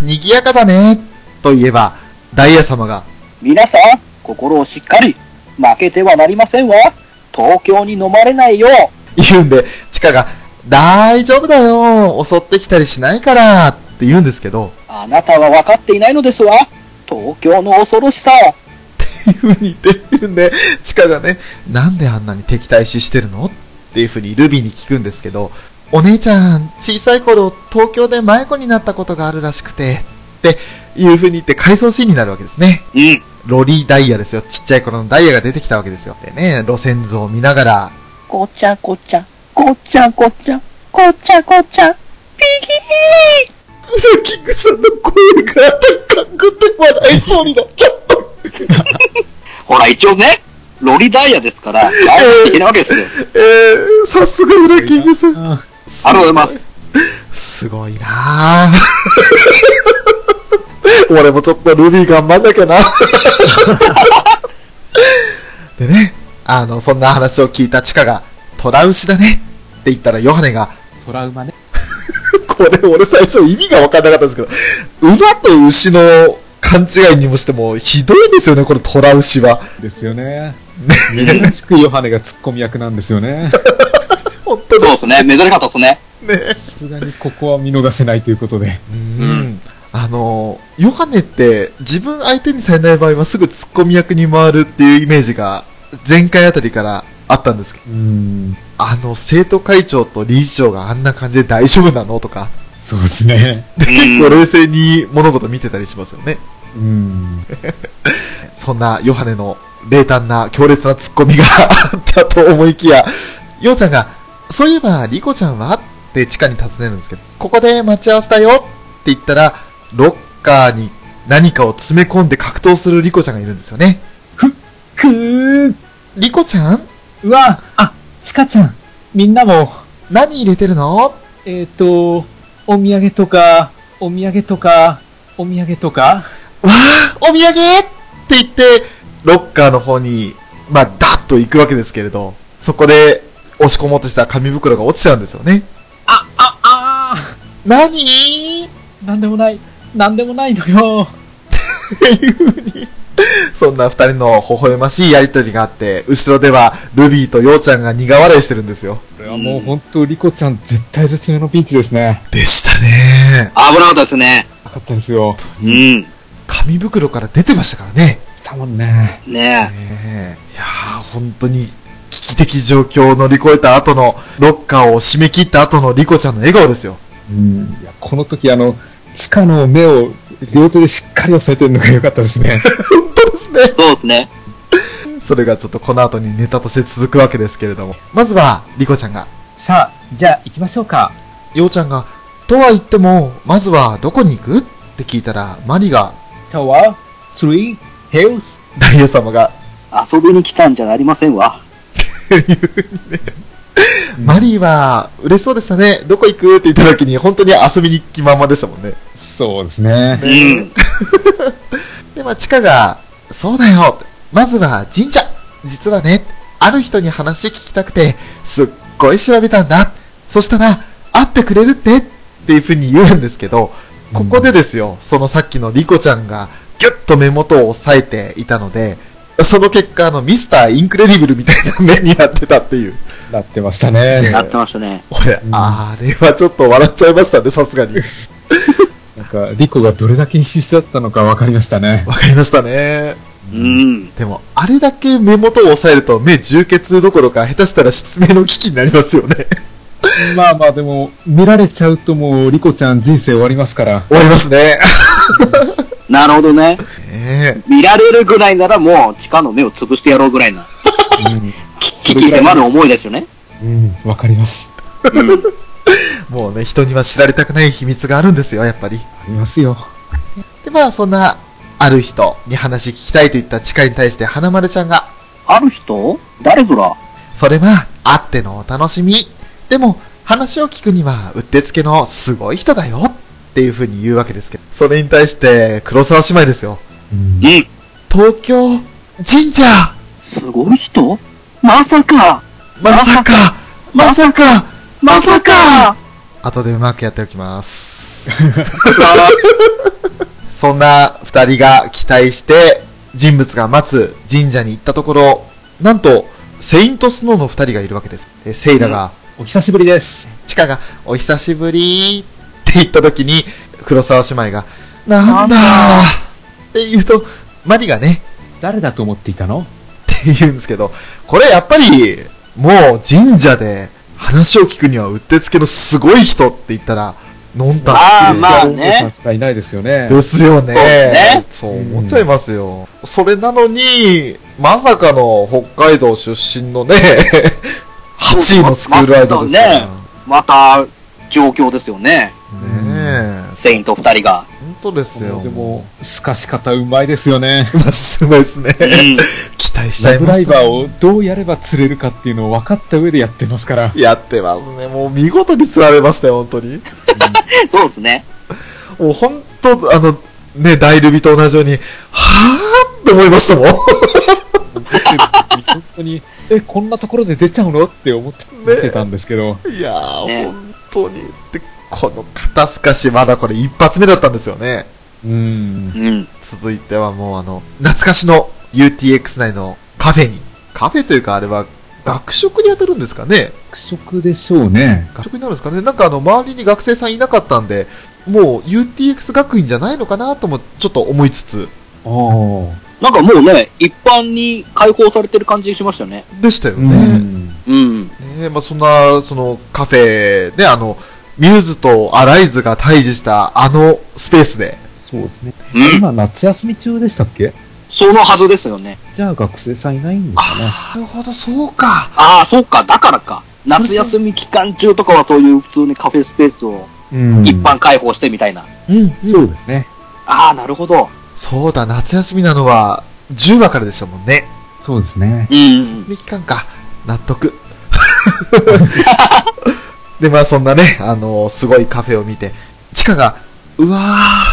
S1: ー、賑やかだね、と言えば、ダイヤ様が、
S2: 皆さん、心をしっかり、負けてはなりませんわ。東京に飲まれないよう、
S1: 言うんで、地下が、大丈夫だよ、襲ってきたりしないから、って言うんですけど、
S2: あなたは分かっていないのですわ。東京の恐ろしさを。
S1: っていう風に言ってるんで、チカがね、なんであんなに敵対視してるのっていう風にルビーに聞くんですけど、お姉ちゃん、小さい頃、東京で迷子になったことがあるらしくて、っていう風に言って回想シーンになるわけですね。
S2: うん。
S1: ロリーダイヤですよ。ちっちゃい頃のダイヤが出てきたわけですよ。でね、路線図を見ながら、
S2: ごちゃごちゃ、ごちゃごちゃ、ごちゃごちゃ、ピキー
S1: キングさんの声が高くて笑いそうになっちゃった。
S2: ほら、一応ね、ロリダイヤですから、ダイヤ的なわけですよ。
S1: えー、さすが裏キングさん。
S3: あ
S2: ありがとうございます。
S1: すごいなぁ。 俺もちょっとルビー頑張んなきゃな。 でね、あの、そんな話を聞いたチカが、トラウシだねって言ったらヨハネが、
S3: トラウマね。
S1: これ俺最初意味が分かんなかったんですけど、馬と牛の勘違いにもしてもひどいですよね、このトラウシは。
S3: ですよね。珍しくヨハネがツッコミ役なんですよね。
S1: 本当
S2: そう
S1: に
S2: ですね、珍しかったですね。
S1: ね。
S3: さすがにここは見逃せないということで。
S1: うん。あの、ヨハネって自分相手にされない場合はすぐツッコミ役に回るっていうイメージが前回あたりからあったんですけど、
S3: うん。
S1: あの、生徒会長と理事長があんな感じで大丈夫なのとか、
S3: そうですね。
S1: 結構冷静に物事見てたりしますよね。
S3: うん。
S1: そんなヨハネの冷淡な強烈なツッコミがあったと思いきや、ヨウちゃんが、そういえば、リコちゃんはって地下に尋ねるんですけど、ここで待ち合わせだよって言ったら、ロッカーに何かを詰め込んで格闘するリコちゃんがいるんですよね。
S3: くー
S1: リコちゃん
S3: うわあ、チカちゃん。みんなも、
S1: 何入れてるの
S3: えっ、と、お土産とか、お土産とか、お土産とか。
S1: わあ、お土産って言って、ロッカーの方に、まあ、ダッと行くわけですけれど、そこで押し込もうとした紙袋が落ちちゃうんですよね。
S3: あ、あ、あ
S1: 何
S3: ーなんでもない。なんでもないのよ。
S1: っていうふうに、そんな二人の微笑ましいやりとりがあって、後ろではルビーとヨウちゃんが苦笑いしてるんですよ。
S3: これはもう本当、リコちゃん絶対絶命のピンチですね。
S1: でしたね。
S2: 危なかったですね。
S3: なかったですよ。
S2: うん。
S1: 紙袋から出てましたからね。
S3: したもんね。
S2: ねえ。
S1: ねえいやー、本当に危機的状況を乗り越えた後の、ロッカーを締め切った後のリコちゃんの笑顔ですよ。
S3: うん。いや、この時あの、地下の目を両手でしっかり押さえてるのが良かったですね。
S1: 本当ですね。
S2: そうですね。
S1: それがちょっとこの後にネタとして続くわけですけれども。まずは、リコちゃんが。
S3: さあ、じゃあ行きましょうか。
S1: ヨウちゃんが、とは言っても、まずはどこに行くって聞いたら、マリが、
S3: タワー、ツリー、ヘルス。
S1: ダイヤ様が、
S2: 遊びに来たんじゃありませんわ。
S1: マリーは、嬉しそうでしたね。どこ行くって言った時に、本当に遊びに行きまんまでしたもんね。
S3: そうですね
S2: う。ん。
S1: で、まあ、チカが、そうだよ。まずは神社。実はね、ある人に話聞きたくて、すっごい調べたんだ。そしたら、会ってくれるってっていう風に言うんですけど、ここでですよ、そのさっきのリコちゃんが、ぎゅっと目元を押さえていたので、その結果、あの、ミスターインクレディブルみたいな目になってたっていう。
S3: なってましたね。
S2: やってましたね。
S1: 俺、
S3: うん
S1: あれはちょっと笑っちゃいましたね、さすがに。
S3: なんか、リコがどれだけ必死だったのか分かりましたね。
S1: わかりましたね。
S2: うん。
S1: でも、あれだけ目元を押さえると目充血どころか下手したら失明の危機になりますよね。
S3: まあまあでも、見られちゃうともう、リコちゃん人生終わりますから。
S1: 終わりますね。
S2: なるほどね。
S1: ね
S2: 見られるぐらいならもう、地下の目を潰してやろうぐらいな、危機迫る思いですよね。
S3: うん、わかります。
S2: うん。
S1: えもうね、人には知られたくない秘密があるんですよ、やっぱり。
S3: ありますよ。
S1: で、まあ、そんな、ある人に話聞きたいと言ったチカに対して花丸ちゃんが、
S2: ある人誰ぞら
S1: それは、あってのお楽しみ。でも、話を聞くには、うってつけのすごい人だよ。っていう風に言うわけですけど。それに対して、黒沢姉妹ですよ。
S3: うん
S2: うん。
S1: 東京、神社
S2: すごい人まさか
S1: まさかまさか
S2: まさか
S1: 後でうまくやっておきます。 そんな二人が期待して、人物が待つ神社に行ったところ、なんと、セイントスノーの二人がいるわけです。でセイラが、
S3: お久しぶりです。
S1: チカが、お久しぶりって言った時に、黒沢姉妹が、なんだ
S2: なんだ
S1: って言うと、マリがね、
S3: 誰だと思っていたの
S1: って言うんですけど、これやっぱり、もう神社で話を聞くにはうってつけのすごい人って言ったら、のんたんって
S2: まあまあね
S3: お父さんしかいないですよね。
S1: ですよね。
S2: そう
S1: そう
S2: ね
S1: 思っちゃいますよ。それなのに、まさかの北海道出身の ね、8位のスクールアイドルですから。ね
S2: ままた、状況ですよね。
S1: え。
S2: セイント二人が。
S1: 本当ですよ。
S3: でも、すかし方うまいですよね。
S1: まあ、すごいですね。
S2: うん。
S1: 期待しちゃ
S3: ラ
S1: い
S3: ブ
S1: ま
S3: ライ
S1: した。
S3: バーをどうやれば釣れるかっていうのを分かった上でやってますから。
S1: やってますね。もう見事に釣られましたよ、本当に。
S2: そうですね。
S1: もう本当、あの、ね、大ルビと同じように、はぁーって思いましたもん。
S3: 本当に、え、こんなところで出ちゃうのって思って見てたんですけど、
S1: いやー、
S2: ね
S1: 本当に。で、この肩透かし、まだこれ一発目だったんですよね。
S3: うん、
S2: うん。
S1: 続いてはもうあの、懐かしの UTX 内のカフェに。カフェというかあれは学食に当たるんですかね
S3: 学食でしょうね。
S1: 学食になるんですかねなんかあの、周りに学生さんいなかったんで、もう UTX 学院じゃないのかなともちょっと思いつつ、
S3: ああ、
S2: なんかもうね、一般に解放されてる感じしましたね。
S1: でしたよ
S3: う
S1: ね。
S3: ん。
S2: うん。
S1: ねえまあ、そんな、その、カフェで、あの、ミューズとアライズが対峙したあのスペースで、
S3: そうですね。
S2: うん。
S3: 今、夏休み中でしたっけ
S2: そのはずですよね。
S3: じゃあ学生さんいないんですかね。
S1: なるほど、そうか。
S2: ああ、そうか、だからか。夏休み期間中とかはそういう普通にカフェスペースを
S3: うん
S2: 一般開放してみたいな。
S1: うん、
S3: そうですね。
S2: ああ、なるほど。
S1: そうだ、夏休みなのは、10話からでしたもんね。
S3: そうですね。
S2: うん。
S1: で、期間か。納得。で、まあ、そんなね、あの、すごいカフェを見て、チカが、うわ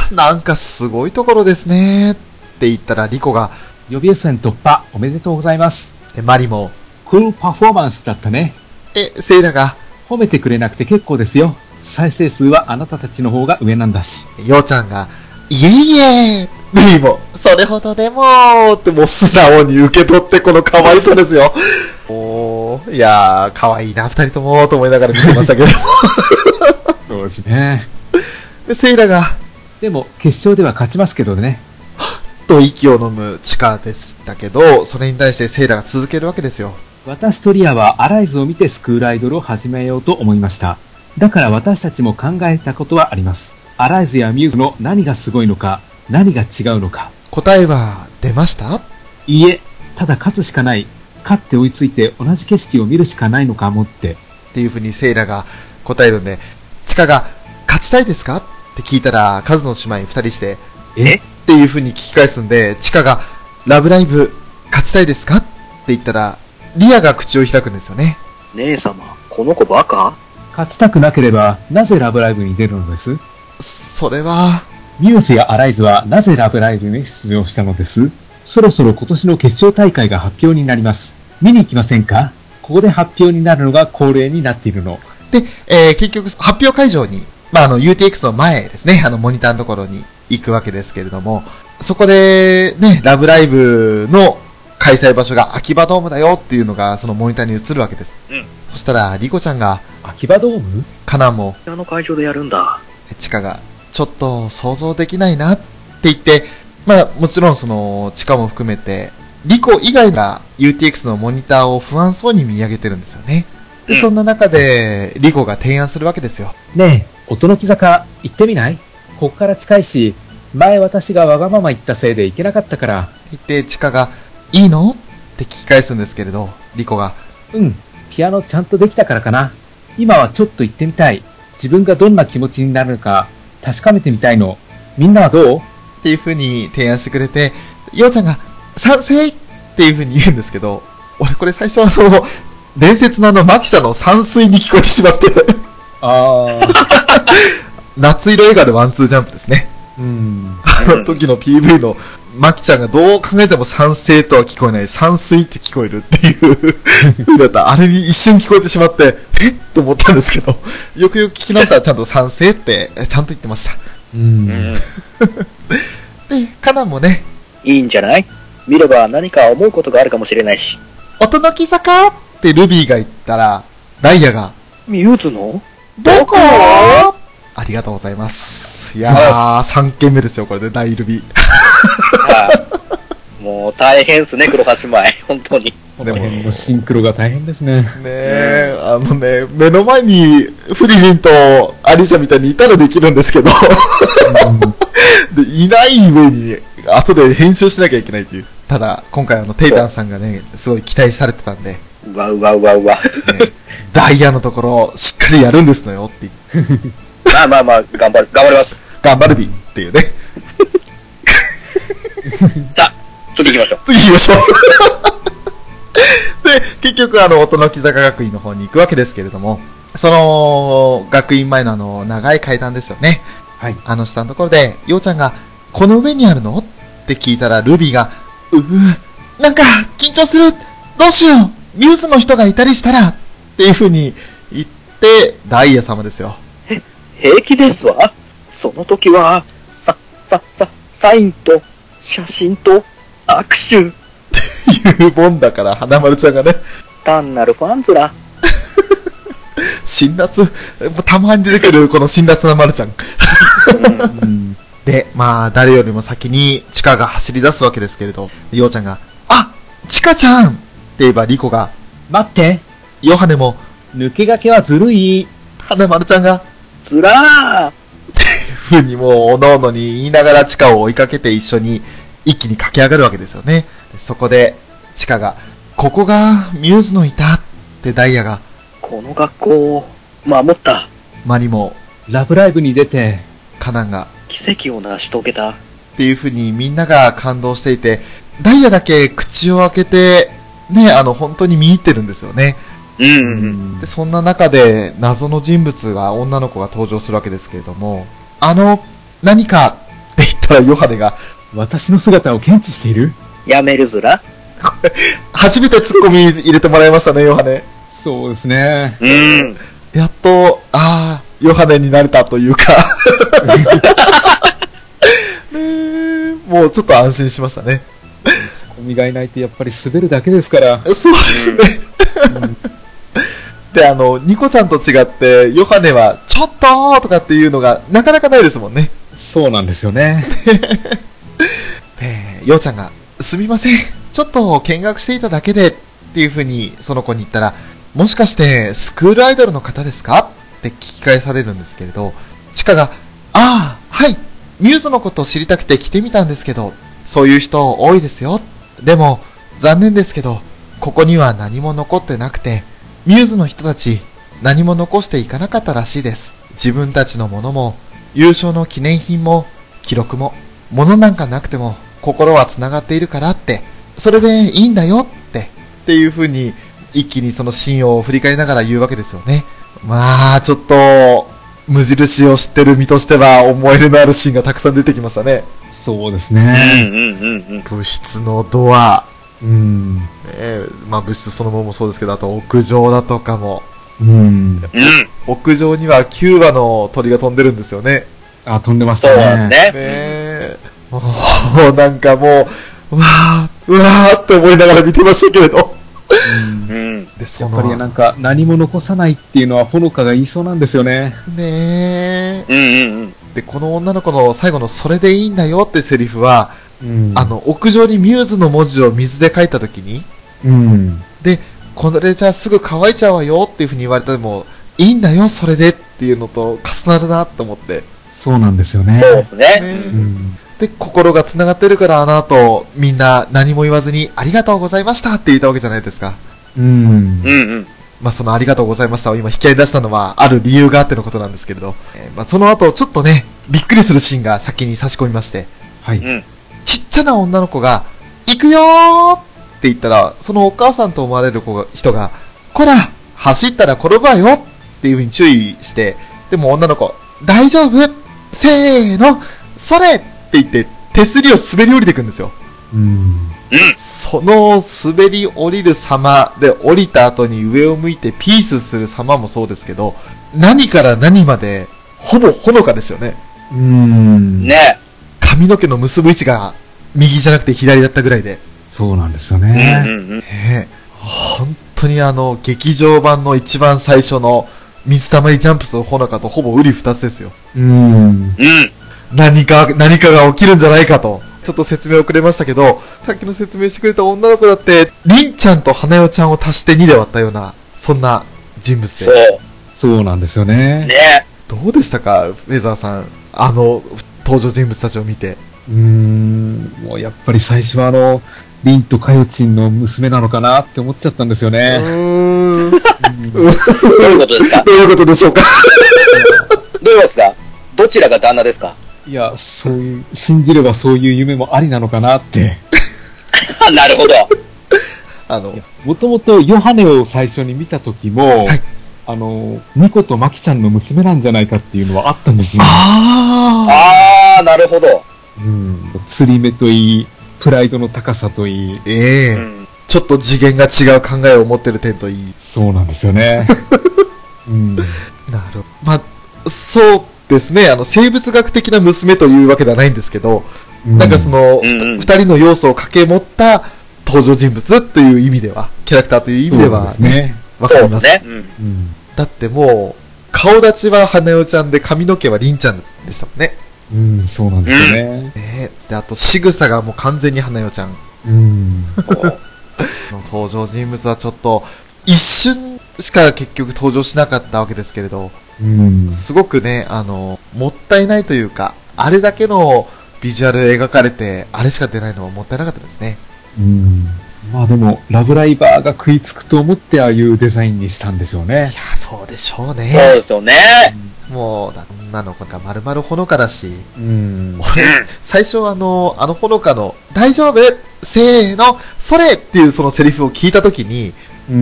S1: ー、なんかすごいところですね、って言ったら、リコが、
S3: 予備予選突破おめでとうございます。
S1: でマリも、
S3: フルパフォーマンスだったね。
S1: え、セイラが、
S3: 褒めてくれなくて結構ですよ。再生数はあなたたちの方が上なんだし。
S1: ようちゃんが、いえいえルイも、それほどでもってもう素直に受け取ってこの可愛さですよ。おー、いやー、可愛いな、二人とも、と思いながら見てましたけど。
S3: そうですね。
S1: で、セイラが、
S3: でも、決勝では勝ちますけどね。
S1: と息を飲む地下でしたけど、それに対してセイラが続けるわけですよ。
S3: 私とリアはアライズを見てスクールアイドルを始めようと思いました。だから私たちも考えたことはあります。アライズやミューズの何がすごいのか、何が違うのか。
S1: 答えは、出ました
S3: いいえ、ただ勝つしかない。勝って追いついて同じ景色を見るしかないのかもって。
S1: っていうふうにセイラが答えるんで、チカが、勝ちたいですかって聞いたら、カズの姉妹二人して、
S3: え
S1: っていう風に聞き返すんで、チカが、ラブライブ、勝ちたいですかって言ったら、リアが口を開くんですよね。
S2: 姉様、この子バカ
S3: 勝ちたくなければ、なぜラブライブに出るのです
S1: それは、
S3: ミューズやアライズはなぜラブライブに出場したのですそろそろ今年の決勝大会が発表になります。見に行きませんかここで発表になるのが恒例になっているの。
S1: で、えー結局、発表会場に、まあ、あの、UTX の前ですね、あの、モニターのところに行くわけですけれども、そこで、ね、ラブライブの開催場所が秋葉ドームだよっていうのが、そのモニターに映るわけです。
S2: うん
S1: そしたら、リコちゃんが、
S3: 秋葉ドーム
S1: カナンも、
S2: あの会場でやるんだ。
S1: チカが、ちょっと想像できないなって言って、まあもちろんその、チカも含めて、リコ以外が UTX のモニターを不安そうに見上げてるんですよね。
S2: う
S1: で、
S2: ん
S1: そんな中で、リコが提案するわけですよ。
S3: ねえ、音の木坂行ってみないここから近いし、前私がわがまま言ったせいで行けなかったから、
S1: って言って、チカが、いいのって聞き返すんですけれど、リコが、
S3: うん、ピアノちゃんとできたからかな。今はちょっと行ってみたい。自分がどんな気持ちになるのか確かめてみたいの。みんなはどう
S1: っていう風に提案してくれて、ようちゃんが、賛成っていう風に言うんですけど、俺これ最初はその、伝説のあの、マキシャの山水に聞こえてしまって、
S3: ああ、
S1: 夏色映画でワンツージャンプですね。
S3: うん。
S1: あの時の PV のマキちゃんがどう考えても酸性とは聞こえない、酸水って聞こえるっていう風だった。あれに一瞬聞こえてしまって、えっと思ったんですけど、よくよく聞き直したらちゃんと酸性って、えちゃんと言ってました。
S3: うん
S2: うん。
S1: で、カナンもね、
S2: いいんじゃない見れば何か思うことがあるかもしれないし。
S1: 音の木坂ってルビーが言ったら、ダイヤが、
S2: ミューズの
S1: どこありがとうございます。いやー、3件目ですよ、これで、大ルビー。
S2: はいもう大変っすね、黒橋前。本当に。
S3: こ
S1: で
S3: の
S1: も
S3: 辺のシンクロが大変ですね。
S1: ねえ、あのね、目の前にフリリンとアリシャみたいにいたらできるんですけど、 でいない上に、後で編集しなきゃいけないという。ただ、今回あの、テイタンさんがね、すごい期待されてたんで、ね
S2: うわうわうわうわ。
S1: ダイヤのところ、しっかりやるんですのよって、
S2: まあまあまあ、頑張る、頑張ります。
S1: 頑張るびっていうね。
S2: さあ、次行きましょう。
S1: 次行きましょう。で、結局、あの、音の木坂学院の方に行くわけですけれども、その、学院前のあの、長い階段ですよね。
S3: はい。
S1: あの下のところで、ようちゃんが、この上にあるのって聞いたら、ルビーが、うう、なんか、緊張する、どうしよう、ミューズの人がいたりしたら、っていう風に言って、ダイヤ様ですよ。
S2: 平気ですわ。その時は、さ、さ、さ、サインと、写真と、握手。
S1: いうもんだから、花丸ちゃんがね、
S2: 単なるファンズラ。
S1: 辛辣、たまに出てくる、この辛辣な丸ちゃん。
S2: うん
S3: うん。
S1: で、まあ、誰よりも先に、チカが走り出すわけですけれど、ようちゃんが、あチカちゃんって言えば、リコが、
S3: 待って
S1: ヨハネも、
S3: 抜け駆けはずるい
S1: 花丸ちゃんが、
S2: ずらー。
S1: ふうにもう、おのおのに言いながら地下を追いかけて一緒に一気に駆け上がるわけですよね。でそこで、地下が、ここがミューズのいたってダイヤが、
S2: この学校を守った
S1: マリも、
S3: ラブライブに出て、
S1: カナンが、
S2: 奇跡を成し遂げた。
S1: っていうふうにみんなが感動していて、ダイヤだけ口を開けて、ね、あの、本当に見入ってるんですよね。
S2: う。
S3: うん
S1: でそんな中で謎の人物が女の子が登場するわけですけれどもあの何かって言ったらヨハネが
S3: 私の姿を検知している
S2: やめるずら。
S1: 初めてツッコミ入れてもらいましたねヨハネ
S3: そうですね。
S2: うん。
S1: やっと、ああ、ヨハネになれたというか。 ねえもうちょっと安心しましたね。
S3: ツッコミがいないってやっぱり滑るだけですから。
S1: そうですね。で、あの、ニコちゃんと違って、ヨハネは、ちょっとーとかっていうのが、なかなかないですもんね。
S3: そうなんですよね。
S1: えー、ようちゃんが、すみません。ちょっと見学していただけで、っていうふうに、その子に言ったら、もしかして、スクールアイドルの方ですかって聞き返されるんですけれど、チカが、ああ、はい、ミューズのことを知りたくて来てみたんですけど、そういう人多いですよ。でも、残念ですけど、ここには何も残ってなくて、ミューズの人たち、何も残していかなかったらしいです。自分たちのものも、優勝の記念品も、記録も、物なんかなくても心は繋がっているからって、それでいいんだよって、っていう風に一気にそのシーンを振り返りながら言うわけですよね。まあ、ちょっと、無印を知ってる身としては思い入れのあるシーンがたくさん出てきましたね。
S3: そうです
S2: う
S3: ね。
S2: んうんうんうん。
S1: 物質のドア、
S3: うん。
S1: えーまあ物質そのものもそうですけど、あと屋上だとかも、
S3: うん。
S2: うん。
S1: 屋上にはキューバの鳥が飛んでるんですよね。
S3: あ、飛んでまし
S2: そう
S3: たね。
S1: ね
S2: ね。
S1: え、もうなんかもう、うわー、うわーって思いながら見てましたけれど。
S3: うん
S2: うん。
S1: で、そ
S3: やっ
S1: の、
S3: ぱりなんか何も残さないっていうのはほのかが言いそうなんですよね。
S1: ねえ。
S2: うんうんうん。
S1: で、この女の子の最後のそれでいいんだよってセリフは、
S3: うん
S1: あ、の、屋上にミューズの文字を水で書いた時に、
S3: うん。
S1: これじゃすぐ乾いちゃうわよっていうふうに言われても、いいんだよ、それでっていうのと重なるなと思って。
S3: そうなんですよね。
S2: そうですね。
S1: ね
S3: うん。
S1: で、心が繋がってるから、あの後、みんな何も言わずに、ありがとうございましたって言ったわけじゃないですか。
S3: うん
S2: う。んうん。
S1: まあ、そのありがとうございましたを今引き合いに出したのは、ある理由があってのことなんですけれど、えーまあ、その後、ちょっとね、びっくりするシーンが先に差し込みまして、
S3: は
S2: う
S3: い。
S2: ん。
S1: ちっちゃな女の子が、行くよーって言ったら、そのお母さんと思われる子が人が、こら、走ったら転ぶわよっていうふうに注意して、でも女の子、大丈夫せーの、それって言って手すりを滑り降りていくんですよ。
S3: うん。
S1: その滑り降りる様で降りた後に上を向いてピースする様もそうですけど、何から何まで、ほぼほのかですよね。
S3: うん。
S2: ね
S1: 髪の毛の結ぶ位置が右じゃなくて左だったぐらいで。
S3: そうなんですよ
S2: うん
S3: ね。
S2: うんうん。
S1: ねえ本当にあの、劇場版の一番最初の水溜りジャンプスのほのかとほぼ瓜二つですよ。
S3: うん。
S2: うん。
S1: 何か、何かが起きるんじゃないかと。ちょっと説明遅れましたけど、さっきの説明してくれた女の子だって、りんちゃんと花代ちゃんを足して2で割ったような、そんな人物
S2: そ
S1: で。
S2: う。
S3: そうなんですよね。
S2: ね
S1: どうでしたか、フェザーさん。あの、登場人物たちを見て。
S3: うーん。もうやっぱり最初はあの、リンとカヨチンの娘なのかなって思っちゃったんですよ
S1: う
S3: ね。
S1: ーん。ど
S2: どういうことですか
S1: ういうことでしょうか。
S2: どういうことですかどちらが旦那ですか
S3: いや、そういう、信じればそういう夢もありなのかなって。
S2: なるほど。
S1: あの、
S3: もともとヨハネを最初に見た時も、あの、ニコとマキちゃんの娘なんじゃないかっていうのはあったんですよ。
S1: あ
S2: あー、なるほど。
S3: うん。釣り目といい、プライドの高さといい、
S1: ー。ええ
S2: うん。
S1: ちょっと次元が違う考えを持ってる点といい。
S3: そうなんですよ ね。うん。
S1: なるほど。まあ、そうですね。あの、生物学的な娘というわけではないんですけど、なんかその、
S2: うんうん
S1: 二人の要素を掛け持った登場人物という意味では、キャラクターという意味では
S3: そうですね。
S1: わ、か
S2: そ
S1: り
S2: う
S1: ます。
S2: ね。うん。
S3: うん。
S1: だってもう、顔立ちは花代ちゃんで髪の毛は凛ちゃんでしたもんね。
S3: うん、そうなんですよね。
S1: ねえで、あと仕草がもう完全に花代ちゃん
S3: うん。
S2: そう
S1: の登場人物はちょっと、一瞬しか結局登場しなかったわけですけれど、
S3: うん。
S1: すごくね、あの、もったいないというか、あれだけのビジュアル描かれて、あれしか出ないのはもったいなかったですね。
S3: うん。まあでも、ラブライバーが食いつくと思ってああいうデザインにしたんですよ
S1: い
S3: ね。
S1: や、そうでしょうね。
S2: そうですよね。
S1: もう、女の子がまるまるほのかだし、
S3: うん。
S1: 俺、最初あの、あのほのかの、大丈夫せーの、それっていうそのセリフを聞いたときに、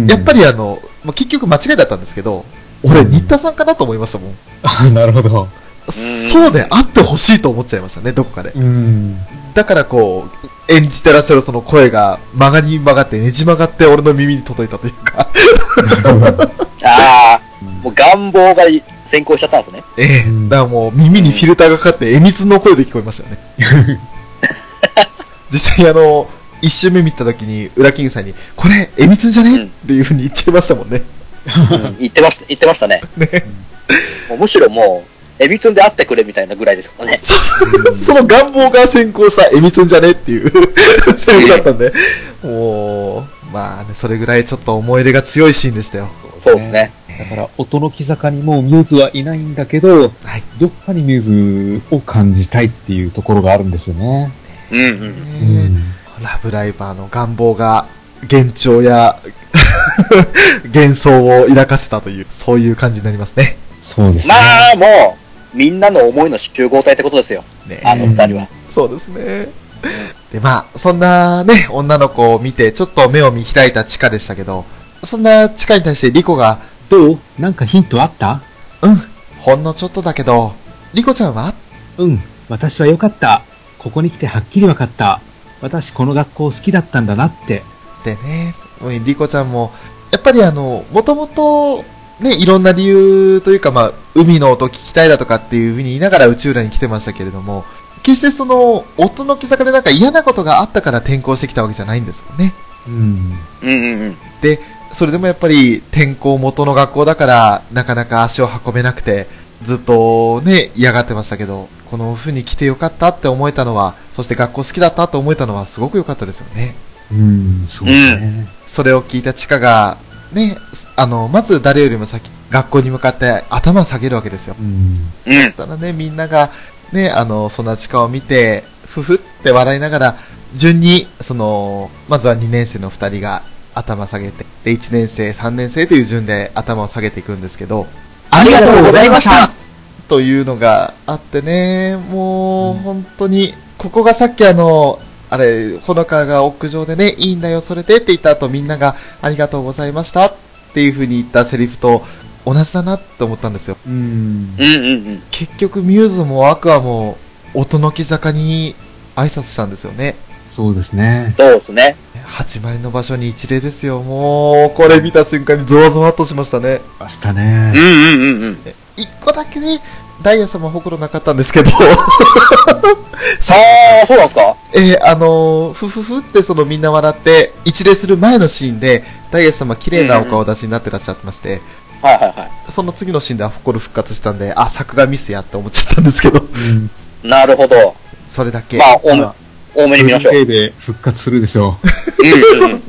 S1: やっぱ
S3: り。
S1: りあの、まあ、結局間違いだったんですけど、俺、新田さんかなと思いましたもん。
S3: あなるほど。
S1: そうであってほしいと思っちゃいましたね、どこかで。
S3: うん。
S1: だからこう、演じてらっしゃるその声が曲がり曲がって、ねじ曲がって俺の耳に届いたというか、
S2: あー、もう願望が先行しちゃったんですね。
S1: ええ
S3: うん
S1: だからもう耳にフィルターがかかって、えみつの声で聞こえましたよね。実際あの、一周目見た時に、裏キングさんに、これ、えみつじゃね、
S2: うん
S1: っていうふうに言っちゃいましたもんね。
S2: うん言ってました、言ってましたね。もうむしろもう、エビツンで会ってくれみたいなぐらいですかね。
S1: その願望が先行した、えみつんじゃねっていうセリフだったんで、もう、まあね、それぐらいちょっと思い入れが強いシーンでしたよ。
S2: そうですね。
S3: だから、音の木坂にもうミューズはいないんだけど、
S1: はい
S3: どっかにミューズを感じたいっていうところがあるんですよね。
S2: うんうん。
S1: ラブライバーの願望が幻聴や 幻想を抱かせたという、そういう感じになりますね。
S3: そうですね。
S2: まあ、もう、みんなの思いの集合体ってことですよ。
S1: ね
S2: あの二人は。
S1: そうですね。で、まあ、そんなね、女の子を見て、ちょっと目を見開いたチカでしたけど、そんなチカに対してリコが、
S3: どうなんかヒントあった
S1: うん、ほんのちょっとだけど、リコちゃんは
S3: うん。私は良かった。ここに来てはっきり分かった。私この学校好きだったんだなって。
S1: ってね、うんリコちゃんも、やっぱりあの、もともと、ね、いろんな理由というか、まあ、海の音聞きたいだとかっていうふうに言いながら宇宙裏に来てましたけれども、決してその、音の木坂でなんか嫌なことがあったから転校してきたわけじゃないんですよね。
S3: うん。
S2: うんうんうん。
S1: それでもやっぱり転校元の学校だから、なかなか足を運べなくて、ずっとね、嫌がってましたけど、この風に来てよかったって思えたのは、そして学校好きだったって思えたのはすごく良かったですよね。
S3: うん、そうですね。
S1: それを聞いたチカが、ね、あの、まず誰よりも先、学校に向かって頭下げるわけですよ。
S3: うん。
S2: うん。
S1: ただね、みんなが、ね、あの、そんなチカを見て、ふふって笑いながら、順に、その、まずは2年生の2人が頭下げて、で、1年生、3年生という順で頭を下げていくんですけど、ありがとうございましたというのがあってね、もう、本当に、ここがさっきあの、あれ、ほのかが屋上でね、いいんだよ、それでって言った後、みんなが、ありがとうございましたっていう風に言ったセリフと同じだなって思ったんですよ。
S3: うん
S2: うんうんうん。
S1: 結局ミューズもアクアも音の木坂に挨拶したんですよね。
S3: そうですね。
S2: そうですね。
S1: 始まりの場所に一例ですよ。もう、これ見た瞬間にゾワゾワっとしましたね。
S3: ました
S2: う
S3: ね
S2: ん。うんうんうん。
S1: 一個だけね、ダイヤ様ほくろなかったんですけど、
S2: ああ、そうなんですか
S1: えーあのーふふふってそのみんな笑って、一礼する前のシーンで、ダイヤ様綺麗なお顔立ちになってらっしゃってまして、
S2: はいはいは
S1: その次のシーンでアホコル復活したんで、あ、作画ミスやって思っちゃったんですけど、
S3: うん。
S2: い。なるほど。
S1: それだけ。
S2: まあ、多め
S3: まあ、
S2: 多めに見ましょう。
S3: ブルーレイで復活するでしょ
S2: うんうん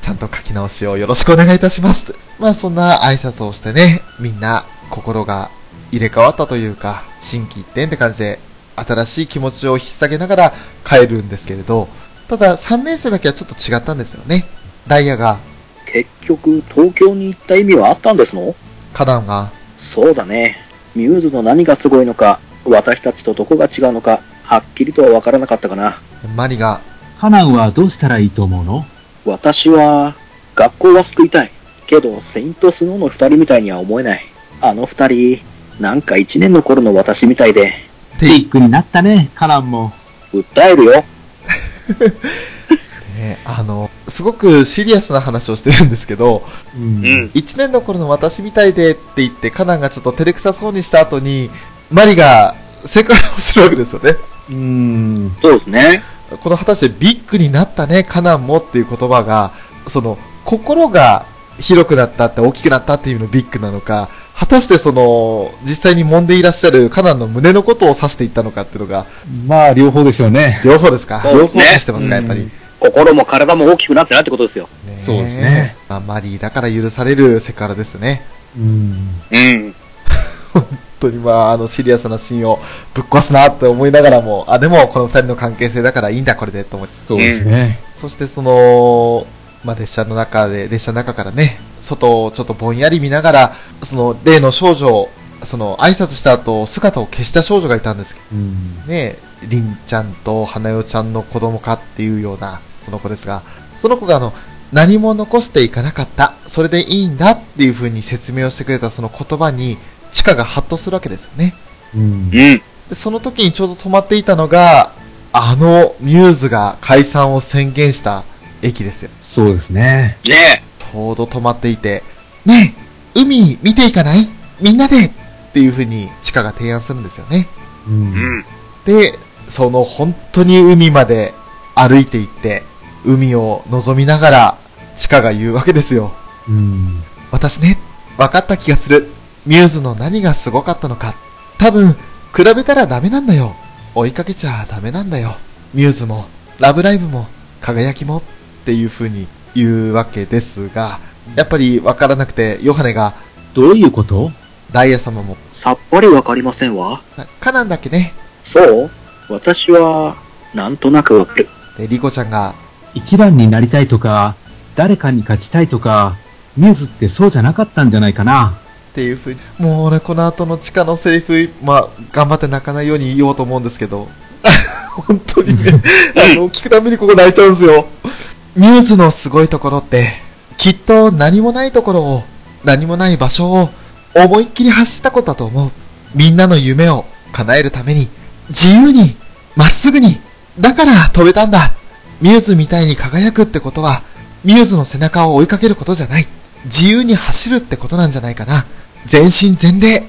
S1: ちゃんと書き直しをよろしくお願いいたします。まあそんな挨拶をしてね、みんな心が入れ替わったというか、心機一転って感じで、新しい気持ちを引っ提げながら帰るんですけれど、ただ3年生だけはちょっと違ったんですよね。ダイヤが、
S2: 結局、東京に行った意味はあったんですの
S1: カナンが、
S2: そうだね。ミューズの何がすごいのか、私たちとどこが違うのか、はっきりとは分からなかったかな。
S1: マリが、
S3: う。 カナンはどうしたらいいと思うの
S2: 私は、学校は救いたい。けど、セイントスノーの二人みたいには思えない。あの二人、なんか一年の頃の私みたいで、
S1: テ
S3: ビ
S1: イ
S3: ッグになったね、カナンも。
S2: 訴えるよ。
S1: ね、あの、すごくシリアスな話をしてるんですけど、
S3: う。
S2: うんん。
S1: 1年の頃の私みたいでって言って、カナンがちょっと照れくさそうにした後に、マリが、正解をしてるわけですよね。
S3: うん。
S2: そうですね。
S1: この果たしてビッグになったね、カナンもっていう言葉が、その、心が広くなったって大きくなったっていう意味のビッグなのか、果たしてその、実際に揉んでいらっしゃるカナンの胸のことを指していったのかっていうのが、
S3: まあ、両方でしょうね。
S1: 両方ですか
S2: そう
S1: 両
S2: です
S1: 方
S2: ね
S1: 指してますか、やっぱり。
S3: うん
S1: ね
S2: 心も体も大きくなってないってことですよ。
S1: え
S3: そうですね。
S1: まあ、マリーだから許されるセクハラですね。
S3: うん。
S2: うん。
S1: 本当にまあ、あの、シリアスなシーンをぶっ壊すなって思いながらも、あ、でもこの二人の関係性だからいいんだ、これで、と思って
S3: そうですね。
S1: そしてその、まあ、列車の中で、列車の中からね、外をちょっとぼんやり見ながら、その例の少女、その挨拶した後、姿を消した少女がいたんですけ
S3: うん。
S1: どね、りんちゃんと花代ちゃんの子供かっていうような、その子ですが、その子があの、何も残していかなかった、それでいいんだっていう風に説明をしてくれたその言葉に、チカがハッとするわけですよね。
S3: うん
S2: う。ん。
S1: でその時にちょうど止まっていたのが、あのミューズが解散を宣言した駅ですよ。
S3: そうですね。
S2: ね
S1: ちょうど止まっていて、ねえ、海見ていかないみんなでっていう風にチカが提案するんですよね。
S3: う
S2: え。
S3: ん。
S2: ん。
S1: で、その本当に海まで歩いていって、海を望みながらチカが言うわけですよ。
S3: うん。
S1: 私ね、分かった気がする。ミューズの何がすごかったのか。多分、比べたらダメなんだよ。追いかけちゃダメなんだよ。ミューズも、ラブライブも、輝きも、っていう風に言うわけですが、やっぱり分からなくて、ヨハネが、
S3: どういうこと
S1: ダイヤ様も、
S2: さっぱりわかりませんわ。
S1: あカナンだっけね。
S2: そう私は、なんとなくわかる。
S1: で、リコちゃんが、
S3: 一番になりたいとか、誰かに勝ちたいとか、ミューズってそうじゃなかったんじゃないかな。
S1: っていう風に、もう俺この後の地下のセリフ、まあ、頑張って泣かないように言おうと思うんですけど、本当にね、あの、聞くためにここ泣いちゃうんですよ。ミューズのすごいところって、きっと何もないところを、何もない場所を、思いっきり走ったことだと思う。みんなの夢を叶えるために、自由に、まっすぐに、だから飛べたんだ。ミューズみたいに輝くってことは、ミューズの背中を追いかけることじゃない。自由に走るってことなんじゃないかな。全身全霊、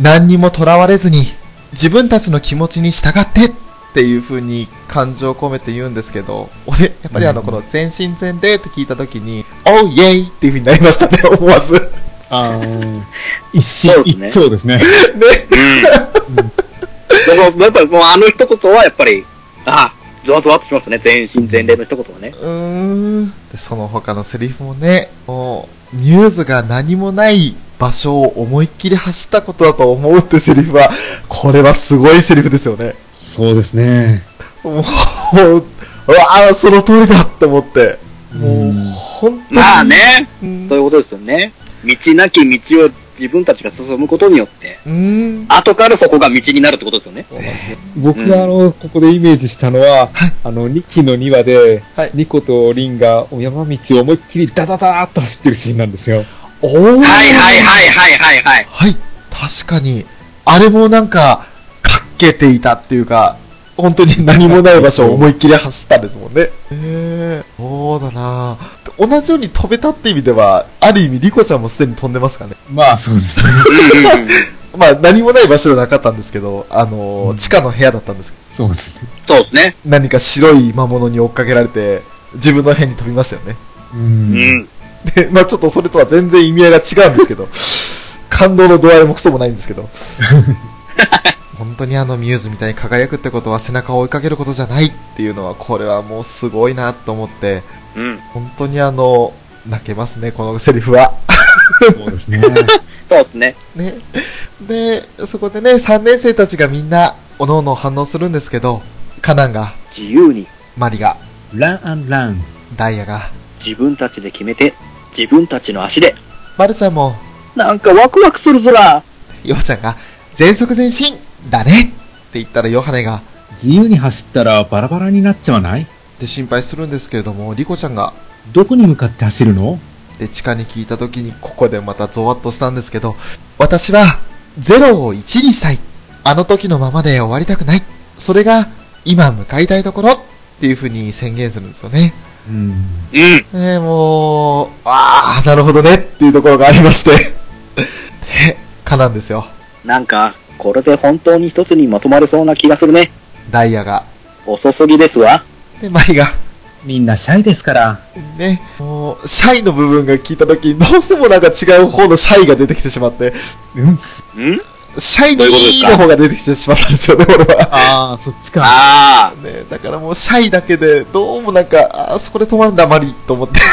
S1: 何にもとらわれずに、自分たちの気持ちに従ってっていう風に感情を込めて言うんですけど、俺、やっぱりあの、
S3: うん
S1: この全身全霊って聞いた時に、おうイェイっていう風になりましたね、思わず。ね。
S3: ああ。一心
S2: そうですね
S3: 一鳥ですね。
S2: うん。でも、やっぱりもうあの一言はやっぱり、ああ、ゾワゾワっとしましたね。全身全霊の一言はね。
S1: うーん。でその他のセリフもね、もう、ニューズが何もない場所を思いっきり走ったことだと思うってセリフは、これはすごいセリフですよね。
S3: そうですね。
S1: もう、うわあ、その通りだって思って。もう、本当に。
S2: まあね、
S1: うん。
S2: そういうことですよね。道なき道を自分たちが進むことによって、
S1: うん。
S2: 後からそこが道になるってことですよね。
S3: 僕
S2: うん
S3: があの、ここでイメージしたのは、
S1: はい
S3: あの、2期の2話で、
S1: はい
S3: ニコとリンが山道を思いっきりダダダーっと走ってるシーンなんですよ。
S1: おー。
S2: はいはいはいはいはいはい。
S1: はい。確かに、あれもなんか、かっけていたっていうか、本当に何もない場所を思いっきり走ったんですもんね。ええそうだな同じように飛べたって意味では、ある意味リコちゃんもすでに飛んでますかね。
S3: まあそうですね。
S2: うん
S1: まあ何もない場所じゃなかったんですけど、あのー
S3: うん
S1: 地下の部屋だったんですけど、
S3: そうですね。
S2: そうですね。
S1: 何か白い魔物に追っかけられて、自分の部屋に飛びましたよね。
S3: う。
S2: うんん。
S1: で、 まあちょっとそれとは全然意味合いが違うん ですけど、感動の度合いもクソもないんですけ ど。本当にあのミューズみたいに輝くってことは背中を追いかけることじゃないっていうのは、これはもうすごいなと思って、
S2: うん。
S1: 本当にあの、泣けますね、このセリフは。
S3: そうですね。
S2: そうですね。
S1: ね。で、そこでね、3年生たちがみんな、おのおの反応するんですけど、カナンが、
S2: 自由に
S1: マリが、
S3: ランアンラン。
S1: ダイヤが、
S2: 自分たちで決めて、自分たちの足で、
S1: マルちゃんも、
S2: なんかワクワクするぞら。
S1: ヨウちゃんが、全速前進だねって言ったらヨハネが、
S3: 自由に走ったらバラバラになっちゃわない
S1: で心配するんですけれども、リコちゃんが、
S3: どこに向かって走るの
S1: で、地下に聞いた時に、ここでまたゾワッとしたんですけど、私は、0を1にしたい。あの時のままで終わりたくない。それが、今向かいたいところっていう風に宣言するんですよね。
S3: うん。
S2: うん。
S1: ねえ、もう、ああ、なるほどねっていうところがありまして。で、かなんですよ。
S2: なんか、これで本当に一つにまとまりそうな気がするね。
S1: ダイヤが。
S2: 遅すぎですわ。
S1: で、マリが。
S3: みんなシャイですから。
S1: ね、もう、シャイの部分が聞いた時に、どうしてもなんか違う方のシャイが出てきてしまって、
S3: うん。
S2: うん
S1: シャイニ
S2: どういうことです
S1: ー
S2: か
S1: の方が出てきてしまったんですよね、俺は。
S3: ああ、そっちか。
S2: ああ。
S1: ね、だからもう、シャイだけで、どうもなんか、あーそこで止まるんだ、マリと思って。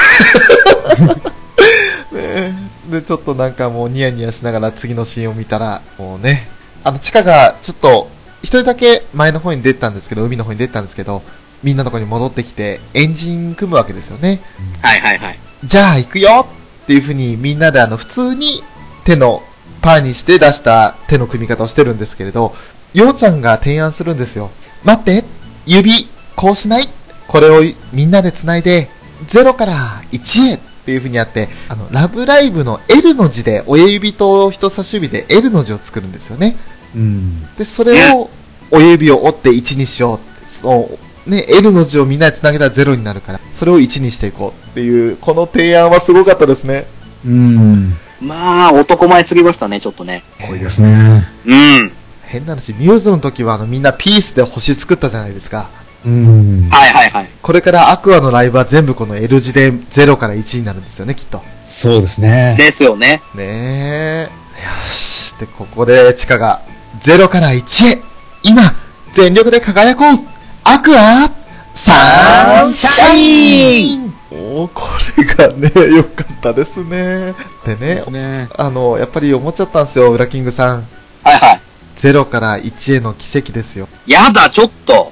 S1: ねで、ちょっとなんかもう、ニヤニヤしながら次のシーンを見たら、もうね、あの、チカが、ちょっと、一人だけ前の方に出てたんですけど、海の方に出てたんですけど、みんなの子に戻ってきて、エンジン組むわけですよね。
S2: はいはいはい。
S1: じゃあ行くよっていうふうにみんなであの普通に手のパーにして出した手の組み方をしてるんですけれど、ようちゃんが提案するんですよ。待って指こうしないこれをみんなで繋いで0から1へっていうふうにやって、あの、ラブライブの L の字で親指と人差し指で L の字を作るんですよね。
S3: うん。
S1: で、それを、親指を折って1にしようって、そう、ね、L の字をみんなで繋げたら0になるから、それを1にしていこうっていう、この提案はすごかったですね。
S3: うん。
S2: まあ、男前すぎましたね、ちょっとね。
S3: 多いですね。
S2: うん。
S1: 変な話、ミューズの時はあのみんなピースで星作ったじゃないですか。
S3: うん。
S2: はいはいはい。
S1: これからアクアのライブは全部この L 字で0から1になるんですよね、きっと。
S3: そうですね。
S2: ですよね。
S1: ねえ。よし。で、ここで、チカが、0から1へ、今、全力で輝こうアクア、サンシャインおー、これがね、良かったですね。でね、
S3: ね。
S1: あの、やっぱり思っちゃったんですよ、ウラキングさん。
S2: はいは
S1: 0から1への奇跡ですよ。
S2: い。やだ、ちょっと。こ